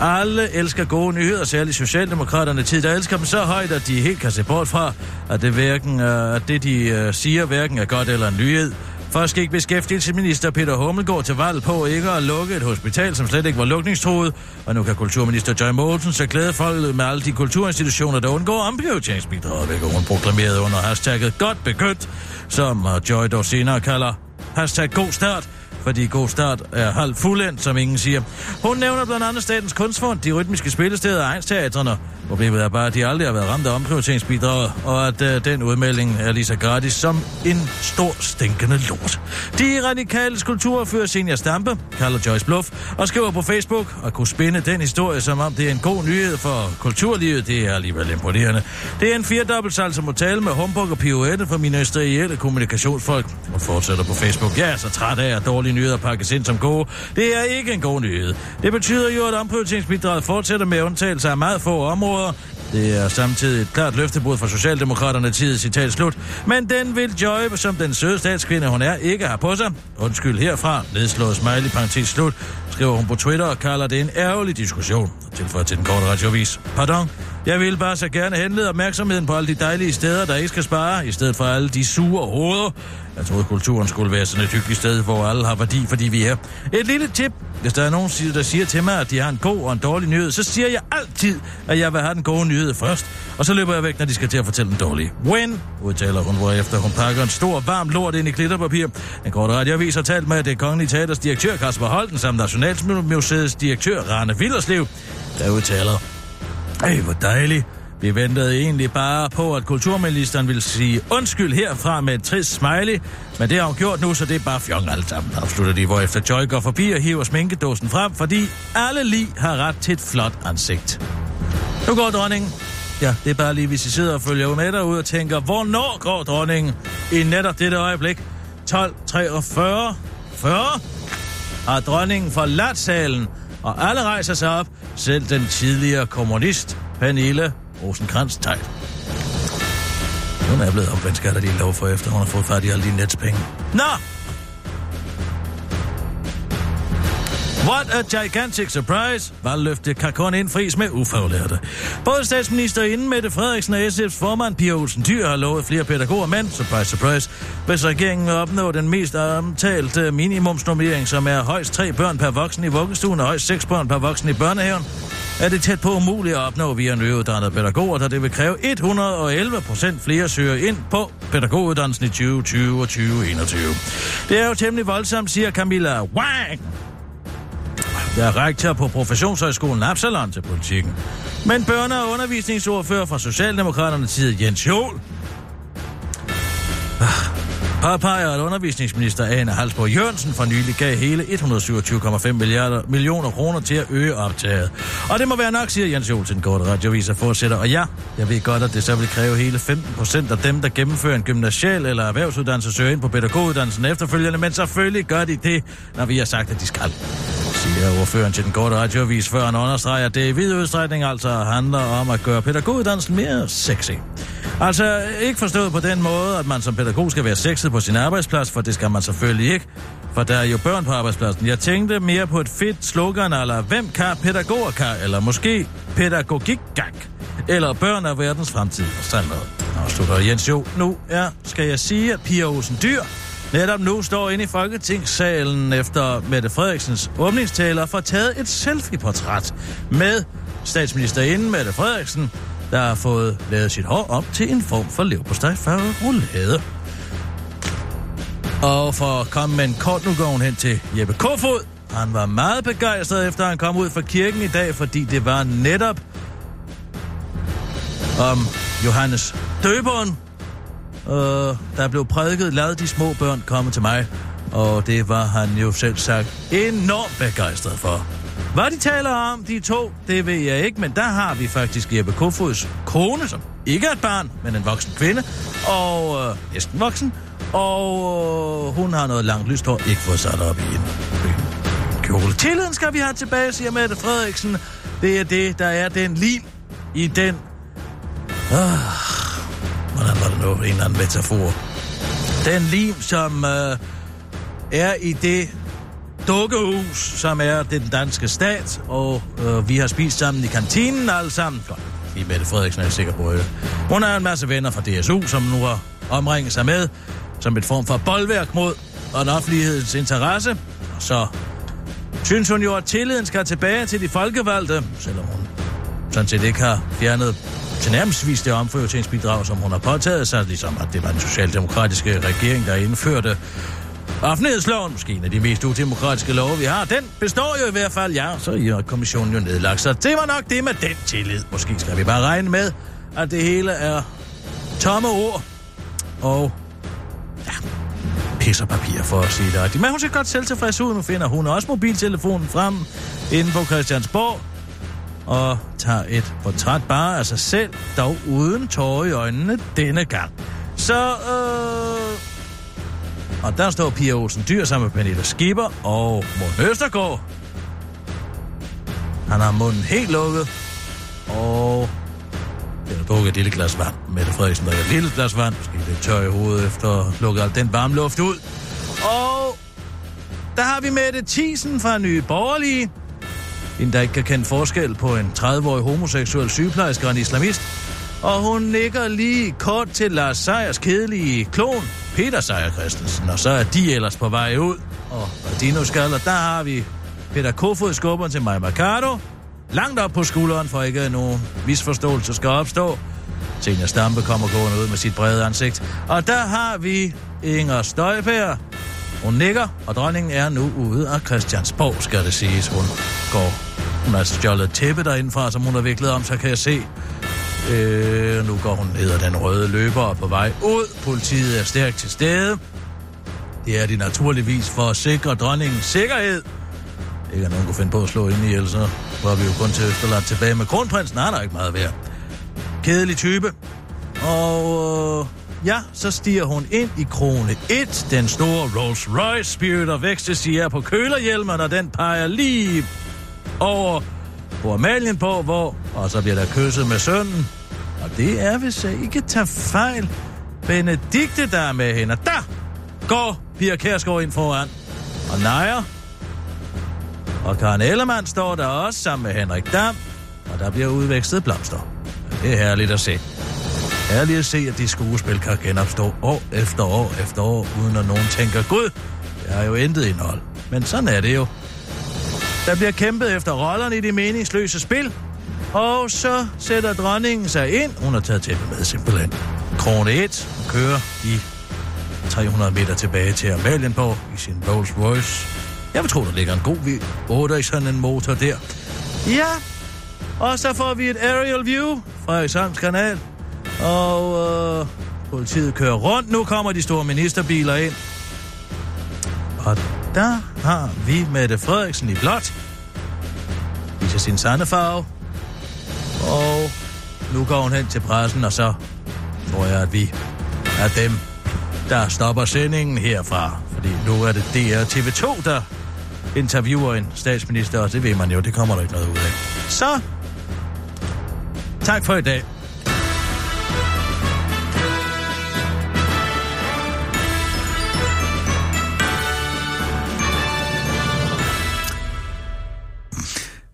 E: Alle elsker gode nyheder, særligt Socialdemokraterne tid, der elsker dem så højt, at de helt kan se bort fra, at det, hverken, øh, at det de øh, siger hverken er godt eller en nyhed. Først gik beskæftigelsesminister Peter Hummelgaard til valg på ikke at lukke et hospital, som slet ikke var lukningstruet, og nu kan kulturminister Joy Mogensen så glæde folk med alle de kulturinstitutioner, der undgår omprioriteringsbidraget, hvilket hun proklamerede under hashtagget godt begyndt, som øh, Joy dog senere kalder hashtag god start, fordi God Start er halvt fuldendt, som ingen siger. Hun nævner blandt andet Statens Kunstfond, de rytmiske spillesteder og egnsteatrene. Problemet er bare, at de aldrig har været ramt af omprioriteringsbidraget, og at øh, den udmelding er lige så gratis som en stor stinkende lort. De radikale kulturfører Senior Stampe, kalder Joyce Bluff, og skriver på Facebook at kunne spinde den historie, som om det er en god nyhed for kulturlivet. Det er alligevel imponerende. Det er en firedobbelt salsa tale med humbug og pirouette for mine ministerielle kommunikationsfolk. Hun fortsætter på Facebook. Jeg er så træt af, at dårlige nyheder pakkes ind som gode. Det er ikke en god nyhed. Det betyder jo, at omprioriteringsbidraget fortsætter med undtagelse af meget få områder. Det er samtidig et klart løftebrud fra Socialdemokraterne tid, citat slut. Men den vil Joy, som den søde statskvinde hun er, ikke har på sig. Undskyld herfra, nedslået smiley, parentes slut, skriver hun på Twitter og kalder det en ærgerlig diskussion. Tilføjer til den korte radiovis. Pardon, jeg vil bare så gerne henlede opmærksomheden på alle de dejlige steder, der ikke skal spare, i stedet for alle de sure hoveder. Jeg troede, kulturen skulle være sådan et hyggeligt sted, hvor alle har værdi, fordi vi er. Et lille tip. Hvis der er nogen, siger- der siger til mig, at de har en god og en dårlig nyhed, så siger jeg altid, at jeg vil have den gode nyhed først. Og så løber jeg væk, når de skal til at fortælle den dårlige. When, udtaler hun, hvorefter hun pakker en stor, varm lort ind i glitterpapir. En kort radioavis har talt med, at det kongelige teaters direktør Kasper Holten, samt Nationalmuseets direktør Rane Villerslev, der udtaler, ej, hvor dejligt. Vi ventede egentlig bare på, at kulturministeren ville sige undskyld herfra med et trist smiley, men det har hun gjort nu, så det er bare fjong alt sammen, afslutter de, hvorefter Joy går forbi og hiver sminkedåsen frem, fordi alle lige har ret til et flot ansigt. Nu går dronningen. Ja, det er bare lige, hvis I sidder og følger med derude og tænker, hvornår går dronningen? I netop dette øjeblik. 12.43. 40 har dronningen forladt salen, og alle rejser sig op, selv den tidligere kommunist Pernille rosenkrantz tejt Hun er blevet omvendt skat af de lov for efter, hun har fået fat i alle de netspenge. Nå! What a gigantic surprise! Valgløftet kan kun indfries med ufaglærte. Både statsministerinden Mette Frederiksen og SF's formand Pia Olsen Dyr har lovet flere pædagoger, men surprise, surprise, hvis regeringen vil opnå den mest omtalte minimumsnormering, som er højst tre børn per voksen i vuggestuen og højst seks børn per voksen i børnehaven, er det tæt på umuligt at opnå via nyuddannede pædagoger, da det vil kræve 111 procent flere søger ind på pædagoguddannelsen i 2020 og 2021. Det er jo temmelig voldsomt, siger Camilla Wang, der er rektor på Professionshøjskolen Absalon til politikken. Men børne- og undervisningsordfører fra Socialdemokraterne tid Jens Jol påpeger, at undervisningsminister Ane Halsborg Jørgensen for nylig gav hele 127,5 milliarder millioner kroner til at øge optaget. Og det må være nok, siger Jens Jolsen, korte radioviser fortsætter. Og ja, jeg ved godt, at det så vil kræve hele 15 procent af dem, der gennemfører en gymnasial eller erhvervsuddannelse, søger ind på pædagoguddannelsen efterfølgende, men selvfølgelig gør de det, når vi har sagt, at de skal. Siger ordføreren til den korte radioavis, før han understreger, at det i vid udstrækning altså handler om at gøre pædagoguddannelsen mere sexy. Altså ikke forstået på den måde, at man som pædagog skal være sexet på sin arbejdsplads, for det skal man selvfølgelig ikke. For der er jo børn på arbejdspladsen. Jeg tænkte mere på et fedt slogan, eller hvem kan pædagoger kan, eller måske pædagogik gang eller børn er verdens fremtid og sådan noget. Nå, slutter Jens Jo. Nu er, skal jeg sige, at Pia Olsen Dyr netop nu står inde i Folketingssalen efter Mette Frederiksens åbningstaler for taget et selfie-portræt med statsministerinden Mette Frederiksen, der har fået lavet sit hår op til en form for leverpostejfarvet rullade. Og for at komme med en kort nu går hun hen til Jeppe Kofod. Han var meget begejstret, efter han kom ud fra kirken i dag, fordi det var netop om Johannes Døberen. Øh, der blev prædiket, lad de små børn komme til mig. Og det var han jo selv sagt enormt begejstret for. Hvad de taler om, de to, det ved jeg ikke, men der har vi faktisk Jeppe Kofods kone, som ikke er et barn, men en voksen kvinde, og øh, næsten voksen, og øh, hun har noget langt lyst hår, ikke fået sat op i en kjole. Tilliden skal vi have tilbage, siger Mette Frederiksen. Det er det, der er den lim i den hvordan var det nu? En eller anden metafor. Den lim, som øh, er i det dukkehus, som er den danske stat, og øh, vi har spist sammen i kantinen alle sammen. Godt. Vi er Mette Frederiksen er jeg sikker på det. Hun har en masse venner fra DSU, som nu har omringet sig med, som et form for boldværk mod og en offentlighedens interesse. Så synes hun jo, at tilliden skal tilbage til de folkevalgte, selvom hun sådan set ikke har fjernet tilnærmelsesvis det omprioriteringsbidrag, som hun har påtaget sig, ligesom at det var den socialdemokratiske regering, der indførte offentlighedsloven, måske en af de mest udemokratiske love, vi har. Den består jo i hvert fald, ja, så er kommissionen jo nedlagt. Så det var nok det med den tillid. Måske skal vi bare regne med, at det hele er tomme ord og pisser papir for at sige det. rigtigt. Men hun ser godt selvtilfreds ud. Nu finder hun også mobiltelefonen frem inde på Christiansborg og tager et portræt bare af sig selv, dog uden tårer i øjnene denne gang. Så, øh... Og der står Pia Olsen Dyr sammen med Pernille Skipper og Morten Østergaard. Han har munden helt lukket, og jeg har drukket et lille glas vand. Mette Frederiksen drikker et lille glas vand, måske lidt tør i hovedet efter at lukke al den varme luft ud. Og der har vi Mette Thiesen fra Nye Borgerlige. En, der ikke kan kende forskel på en 30-årig homoseksuel sygeplejerske og en islamist. Og hun nikker lige kort til Lars Seiers kedelige klon, Peter Seier Christensen. Og så er de ellers på vej ud. Og Dino Skaller, der har vi Peter Kofod skubber til Maja Mercado. Langt op på skulderen, for ikke at nogen misforståelse skal opstå. Senior Stampe kommer gående ud med sit brede ansigt. Og der har vi Inger Støjbær. Hun nikker, og dronningen er nu ude af Christiansborg, skal det siges. Hun går. Hun har stjålet et tæppe derindfra, som hun har viklet om, så kan jeg se. Øh, nu går hun ned ad den røde løber og er på vej ud. Politiet er stærkt til stede. Det er de naturligvis for at sikre dronningens sikkerhed. Ikke at nogen kunne finde på at slå ind i, ellers så var vi jo kun til Østerland tilbage med kronprinsen. Han er ikke meget værd. Kedelig type. Og øh, ja, så stiger hun ind i krone 1, den store Rolls Royce Spirit of Ecstasy er på kølerhjelmen, og den peger lige over på Amalien på, hvor, og så bliver der kysset med sønnen. Og det er, hvis jeg ikke tager fejl, Benedikte, der er med hende. Og Der går Pia Kærsgaard ind foran. Og nejer. Og Karen Ellemann står der også sammen med Henrik Dam, og der bliver udvekslet blomster. Det er herligt at se. Herligt at se, at de skuespil kan genopstå år efter år efter år, uden at nogen tænker, Gud, jeg har jo intet indhold. Men sådan er det jo. Der bliver kæmpet efter rollerne i det meningsløse spil. Og så sætter dronningen sig ind. Hun har taget tæppet med simpelthen. Krone 1 kører i 300 meter tilbage til Amalienborg i sin Rolls Royce. Jeg vil tro, der ligger en god V8 i sådan en motor der. Ja, og så får vi et aerial view fra Isams kanal. Og øh, Politiet kører rundt. Nu kommer de store ministerbiler ind. Og der har vi Mette Frederiksen i blåt. Viser sin sande farve. Og nu går hun hen til pressen, og så tror jeg, at vi er dem, der stopper sendingen herfra. Fordi nu er det DR TV2, der interviewer en statsminister, og det ved man jo, det kommer der ikke noget ud af. Så, tak for i dag.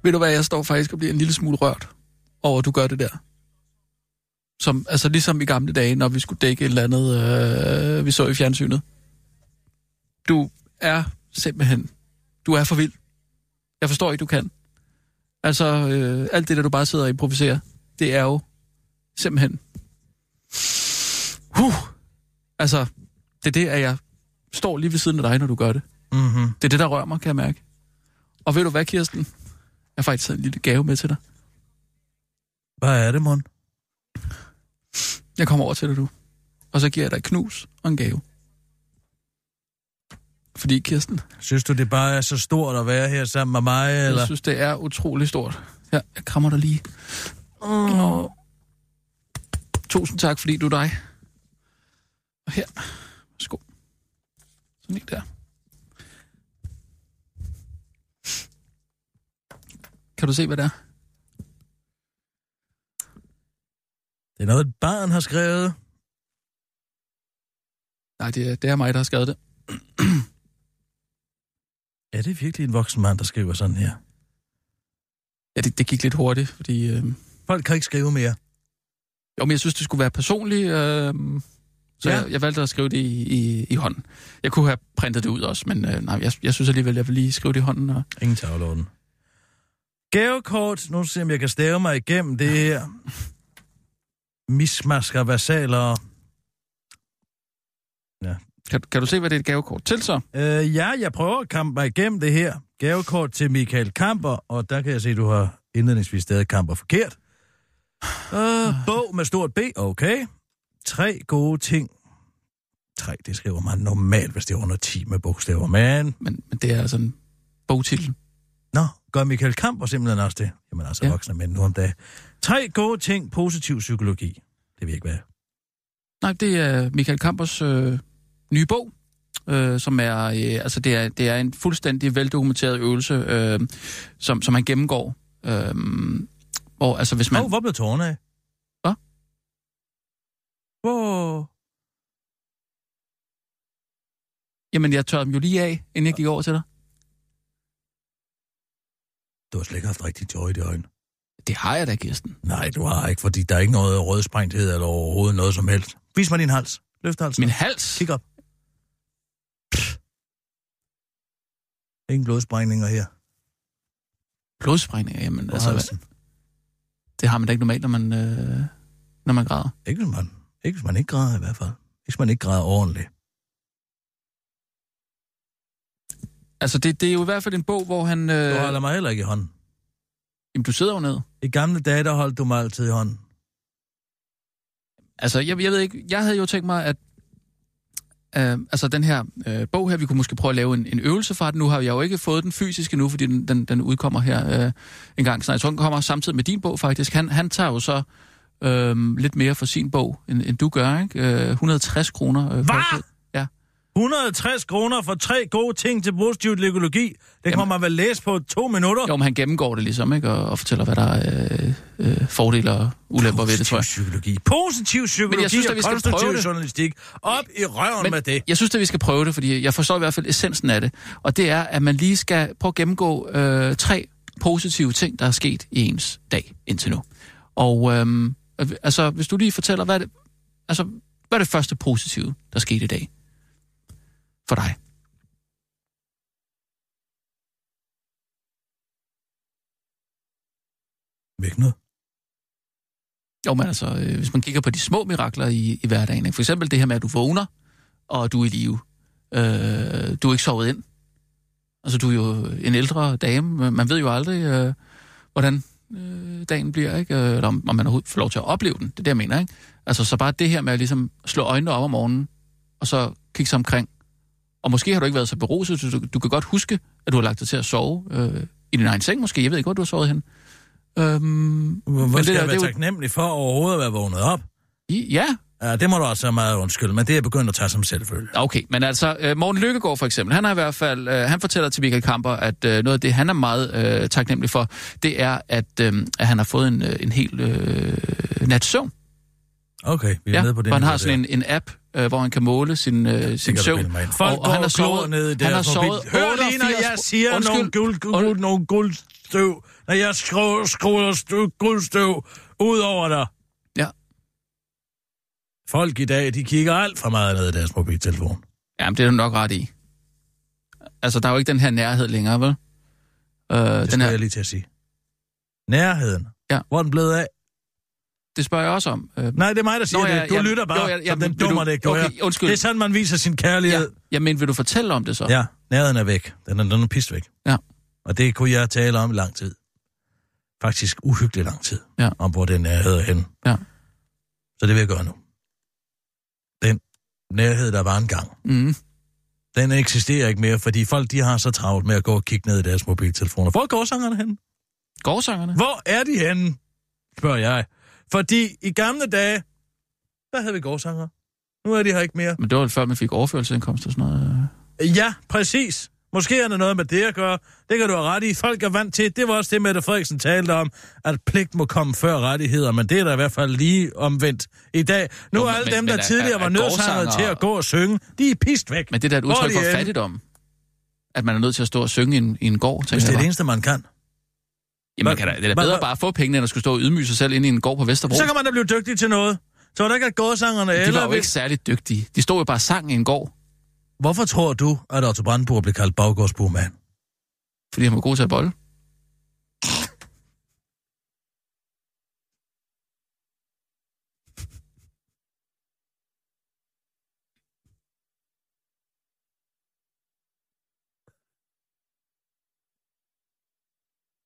D: Ved du hvad, jeg står faktisk og bliver en lille smule rørt over, at du gør det der. Som, altså ligesom i gamle dage, når vi skulle dække et eller andet, øh, vi så i fjernsynet. Du er simpelthen, du er for vild. Jeg forstår ikke, du kan. Altså, øh, alt det der, du bare sidder og improviserer, det er jo simpelthen... Huh. Altså, det er det, at jeg står lige ved siden af dig, når du gør det.
E: Mm-hmm.
D: Det er det, der rører mig, kan jeg mærke. Og ved du hvad, Kirsten? Jeg har faktisk taget en lille gave med til dig.
E: Hvad er det, mon?
D: Jeg kommer over til dig nu. Og så giver jeg dig et knus og en gave. Fordi, Kirsten,
E: Synes du, det bare er så stort at være her sammen med mig,
D: Eller?
E: eller?
D: jeg synes, det er utrolig stort. Ja, jeg krammer dig lige. Og... Tusind tak, fordi du er dig. Og her. Værsgo. Sådan lige der. Kan du se, hvad det er?
E: Det er noget, et barn har skrevet.
D: Nej, det er, det er mig, der har skrevet det.
E: Er det virkelig en voksen mand, der skriver sådan her?
D: Ja, det, det gik lidt hurtigt, fordi... Øh...
E: Folk kan ikke skrive mere.
D: Jo, men jeg synes, det skulle være personligt, øh, så
E: Ja.
D: ja. jeg, jeg valgte at skrive det i, i, i hånden. Jeg kunne have printet det ud også, men øh, nej, jeg, jeg synes alligevel, jeg vil lige skrive det i hånden. Og...
E: Ingen tavleorden. Gavekort. Nu ser jeg, om jeg kan stave mig igennem det her. Mismasker versaler.
D: Kan, kan du se, hvad det er et gavekort til så?
E: Øh, ja, jeg prøver at kampe mig igennem det her. Gavekort til Michael Kamper, og der kan jeg se, at du har indledningsvis stadig Kamper forkert. Øh, bog med stort B, okay. Tre gode ting. Tre, det skriver man normalt, hvis det er under 10 med bogstaver, men...
D: Men, men det er altså en bogtitel.
E: Nå, gør Michael Kamper simpelthen også det? Jamen altså, ja.
D: Ja.
E: voksne mænd nu om dagen. Tre gode ting, positiv psykologi. Det vil ikke være.
D: Nej, det er Michael Kampers øh, nye bog, øh, som er, øh, altså det er, det er en fuldstændig veldokumenteret øvelse, øh, som, som han gennemgår. Øh, hvor, altså, hvis man...
E: Hov, hvor blev tårerne af?
D: Hvad?
E: Hvor...
D: Jamen, jeg tørrede dem jo lige af, inden jeg gik over til dig.
E: Du har slet ikke haft rigtig tår i de øjne.
D: Det har jeg da, Kirsten.
E: Nej, du har ikke, fordi der er ikke noget rødsprængthed eller overhovedet noget som helst. Vis mig din hals. Løft halsen.
D: Min
E: Min...
D: hals?
E: Kig op. Pff. Ingen blodsprængninger her.
D: Blodsprængninger, jamen,
E: på
D: altså, hvad-
E: halsen.
D: det har man da ikke normalt, når man, øh, når man græder.
E: Ikke hvis man, ikke hvis man ikke græder i hvert fald. Ikke hvis man ikke græder ordentligt.
D: Altså, det, det er jo i hvert fald en bog, hvor han... Øh,
E: Du holder mig heller ikke i hånden.
D: jamen, du sidder jo ned.
E: I gamle dage, der holdt du mig altid i hånden.
D: Altså, jeg, jeg ved ikke, jeg havde jo tænkt mig, at øh, altså, den her øh, bog her, vi kunne måske prøve at lave en, en øvelse fra den. Nu har jeg jo ikke fået den fysisk endnu, fordi den, den, den udkommer her øh, en gang. Så jeg tror, den kommer samtidig med din bog, faktisk. Han, han tager jo så øh, lidt mere for sin bog, end, end du gør, ikke? Øh, 160 kroner. Øh, koster- Ja.
E: 160 kroner for tre gode ting til positiv psykologi. Det kan
D: Jamen.
E: man vel læse på to minutter.
D: Jo, men han gennemgår det ligesom, ikke? Og, og fortæller, hvad der er øh, øh, fordele og ulemper ved det, tror jeg.
E: psykologi. Positiv psykologi
D: Men jeg synes,
E: og
D: at vi skal
E: konstruktiv
D: prøve det.
E: journalistik. Op i røven med det.
D: jeg synes, at vi skal prøve det, fordi jeg forstår i hvert fald essensen af det. Og det er, at man lige skal prøve at gennemgå øh, tre positive ting, der er sket i ens dag indtil nu. Og øhm, altså, hvis du lige fortæller, hvad er, det, altså, hvad er det første positive, der skete i dag for dig?
E: Væk noget.
D: Jo, men altså, øh, hvis man kigger på de små mirakler i, i hverdagen, ikke? for eksempel det her med, at du vågner, og du er i live. Øh, du er ikke sovet ind. Altså, du er jo en ældre dame. Man ved jo aldrig, øh, hvordan øh, dagen bliver, ikke? Øh, Eller om, om man overhovedet får lov til at opleve den. Det er det, jeg mener, ikke? Altså, så bare det her med at ligesom slå øjnene op om morgenen, og så kigge sig omkring. Og måske har du ikke været så beruset, så du, du kan godt huske, at du har lagt dig til at sove øh, i din egen seng måske. Jeg ved ikke, hvor du har sovet hen. Øhm,
E: Hvor
D: det
E: skal
D: der,
E: jeg
D: det
E: være
D: er jo-
E: taknemmelig for overhovedet at være vågnet op?
D: i, ja,
E: Ja, det må du også have meget undskyld, men det er jeg begyndt at tage som selvfølge.
D: Okay, men altså, øh, Morten Lykkegaard for eksempel, han har i hvert fald, øh, han fortæller til Michael Kamper, at øh, noget af det, han er meget øh, taknemmelig for, det er, at, øh, at han har fået en, øh, en hel øh, nats søvn.
E: Okay, vi er nede på det.
D: hvor han har
E: niveau
D: sådan en, en app, øh, hvor han kan måle sin, øh, sin
E: kan du
D: søvn.
E: bilde mig ind. Folk og, og han har sovet ned i det
D: han har sovet
E: Hør lige, når
D: 88
E: jeg siger
D: Undskyld,
E: nogle, guld, guld,
D: und-
E: guld, nogle guldstøv, når jeg skruer, skruer støv, guldstøv ud over dig.
D: Ja.
E: Folk i dag, de kigger alt for meget ned i deres mobiltelefon.
D: Jamen, det er du nok ret i. Altså, der er jo ikke den her nærhed længere, vel? Øh,
E: Det
D: den
E: skal
D: her,
E: jeg lige til at sige. Nærheden.
D: Ja.
E: Hvor er den blevet af?
D: det spørger jeg også om. Øh,
E: Nej, det er mig, der siger
D: Nå,
E: det.
D: ja,
E: du
D: ja,
E: lytter bare,
D: jo, ja, ja,
E: som den
D: men vil
E: dummer
D: du-
E: det, du
D: okay,
E: er.
D: undskyld.
E: Det er sådan, man viser sin kærlighed.
D: ja. Jamen, vil du fortælle om det så?
E: Ja, nærheden er væk. Den er, den er pist væk.
D: Ja.
E: Og det kunne jeg tale om i lang tid. Faktisk uhyggelig lang tid.
D: Ja.
E: Om hvor den nærhed er henne.
D: Ja.
E: Så det vil jeg gøre nu. Den nærhed, der var engang,
D: Mm.
E: den eksisterer ikke mere, fordi folk de har så travlt med at gå og kigge ned i deres mobiltelefoner. Hvor går sangerne hen?
D: Gårdsangerne?
E: Hvor er de henne? Spørger jeg. Fordi i gamle dage, der havde vi gårdsanger. Nu er de her ikke mere.
D: Men det var vel før, man fik overførelsesindkomst og sådan noget. øh.
E: Ja, præcis. Måske er der noget med det at gøre. Det kan du have ret i. Folk er vant til. Det var også det, Mette Frederiksen talte om, at pligt må komme før rettigheder, men det er der i hvert fald lige omvendt i dag. Nu
D: Jo,
E: er
D: men-
E: alle
D: men-
E: dem,
D: men
E: der
D: er-
E: tidligere
D: er-
E: var
D: er
E: nødsanger
D: gårdsanger-
E: til at gå og synge, de er pist væk.
D: Men det der er et
E: Hvor
D: udtryk
E: de
D: for
E: henne?
D: fattigdom. At man er nødt til at stå og synge i en, i en gård,
E: Hvis
D: tænker
E: det er
D: jeg.
E: det
D: bare.
E: eneste, man kan.
D: Jamen, kan da, det er da
E: Hvad-
D: bedre
E: hvad-
D: bare at få pengene, end at skulle stå og ydmyge sig selv inde i en gård på Vesterbro.
E: Så kan man da blive dygtig til noget. Så er der ikke, at gårdsangerne
D: De var
E: eller...
D: jo ikke særlig dygtige. De stod jo bare og sang i en gård,
E: Hvorfor tror du, at Otto Brandenburg blev kaldt baggårdsbomand?
D: fordi han var god til at bolle.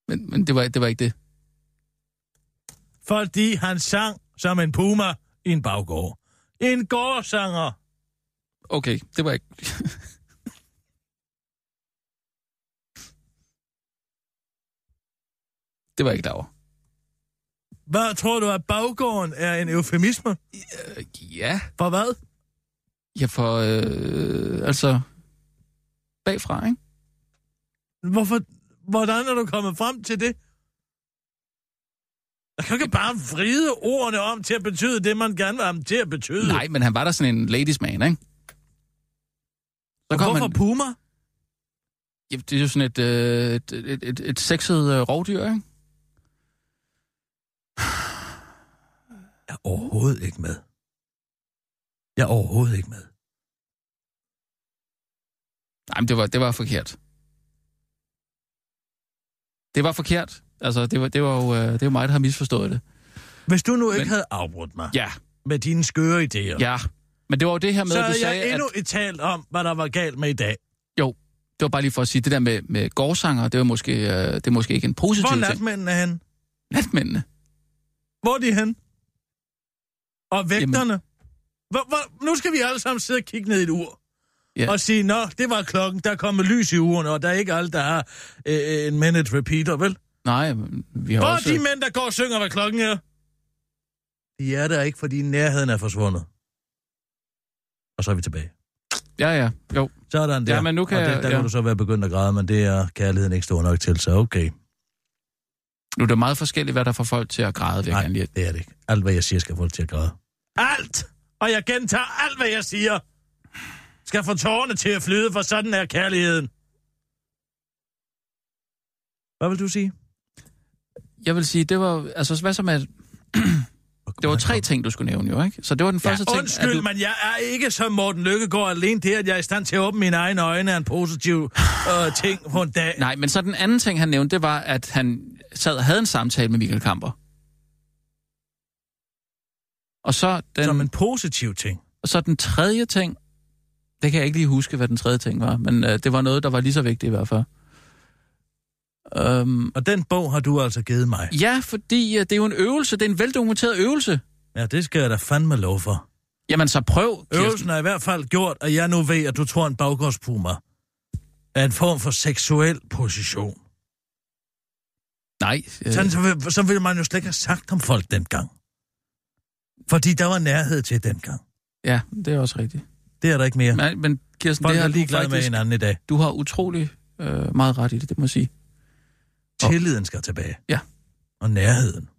D: Men, men det, var, det var ikke det.
E: Fordi han sang som en puma i en baggård. En gårdsanger.
D: Okay, det var ikke... det var jeg ikke derovre.
E: Hvad tror du, at baggården er en eufemisme?
D: Ja.
E: For hvad?
D: Ja, for... Øh, altså... Bagfra, ikke?
E: Hvorfor? Hvordan er du kommet frem til det? Jeg kan jo ikke bare vride ordene om til at betyde det, man gerne vil have dem til at betyde.
D: Nej, men han var der sådan en ladies man, ikke? Så
E: Og
D: kom
E: Hvorfor
D: han,
E: man... puma?
D: Jamen, det er jo sådan et, øh, et, et, et, et sexet øh, rovdyr, ikke?
E: Jeg er overhovedet ikke med. Jeg er overhovedet ikke med.
D: Nej, men det var, det var forkert. Det var forkert. Altså, det var, det var jo øh, det var mig, der har misforstået det.
E: Hvis du nu ikke
D: Men-
E: men... havde afbrudt mig
D: Ja,
E: med dine skøre idéer,
D: ja. Men det var jo det her med,
E: så
D: at du
E: havde
D: sagde,
E: jeg endnu
D: at...
E: at... et talt om, hvad der var galt med i dag.
D: Jo, det var bare lige for at sige, det der med, med gårdsanger, det var måske, øh, det er måske ikke en positiv
E: Hvor er
D: ting.
E: natmændene henne?
D: Natmændene.
E: Hvor er de henne? Og vægterne? Hvor, hvor, nu skal vi alle sammen sidde og kigge ned i et ur.
D: Ja.
E: Ja. Og sige, nå, det var klokken, der er kommet lys i uren, og der er ikke alle, der har øh, en minute repeater, vel?
D: Nej, men vi har
E: Hvor er
D: også...
E: de mænd, der går og synger, hvad klokken er? De er der ikke, fordi nærheden er forsvundet. Og så er vi tilbage.
D: Ja, ja, jo.
E: Sådan der.
D: Ja, men nu kan
E: og det,
D: jeg-
E: der
D: ja.
E: kan du så være begyndt at græde, men det er kærligheden ikke stor nok til, så okay.
D: Nu er det meget forskelligt, hvad der får folk til at græde, vil jeg
E: Nej,
D: gerne lige.
E: det er det ikke. Alt, hvad jeg siger, skal få folk til at græde. Alt! Og jeg gentager alt, hvad jeg siger. Skal få tårerne til at flyde, for sådan er kærligheden. Hvad vil du sige?
D: Jeg vil sige, det var... Altså, hvad så med... Det var tre ting, du skulle nævne jo, ikke? Så det var den første ting...
E: Ja, undskyld,
D: at
E: du...
D: du...
E: men jeg er ikke som Morten Lykkegaard alene det, at jeg er i stand til at åbne mine egne øjne er en positiv øh, ting på en dag.
D: Nej, men så den anden ting, han nævnte, det var, at han sad og havde en samtale med Michael Kamper. Og så den,
E: Som en positiv ting.
D: og så den tredje ting... Det kan jeg ikke lige huske, hvad den tredje ting var, men øh, det var noget, der var lige så vigtigt i hvert fald. Øhm,
E: Og den bog har du altså givet mig.
D: ja, fordi øh, det er jo en øvelse. Det er en veldokumenteret øvelse.
E: Ja, det skal jeg da fandme lov for.
D: Jamen, så prøv, Kirsten.
E: Øvelsen har i hvert fald gjort, at jeg nu ved, at du tror, en baggårdspuma er en form for seksuel position.
D: Nej. Øh,
E: Sådan, så, vil, så ville man jo slet ikke have sagt om folk dengang. Fordi der var nærhed til dengang.
D: ja, det er også rigtigt.
E: Det er der ikke mere.
D: Men, men Kirsten,
E: Folk
D: det
E: er
D: har du
E: ligeglade med
D: faktisk...
E: hinanden i dag.
D: Du har utrolig øh, meget ret i det, det må jeg sige.
E: Tilliden skal tilbage.
D: Ja.
E: Og nærheden.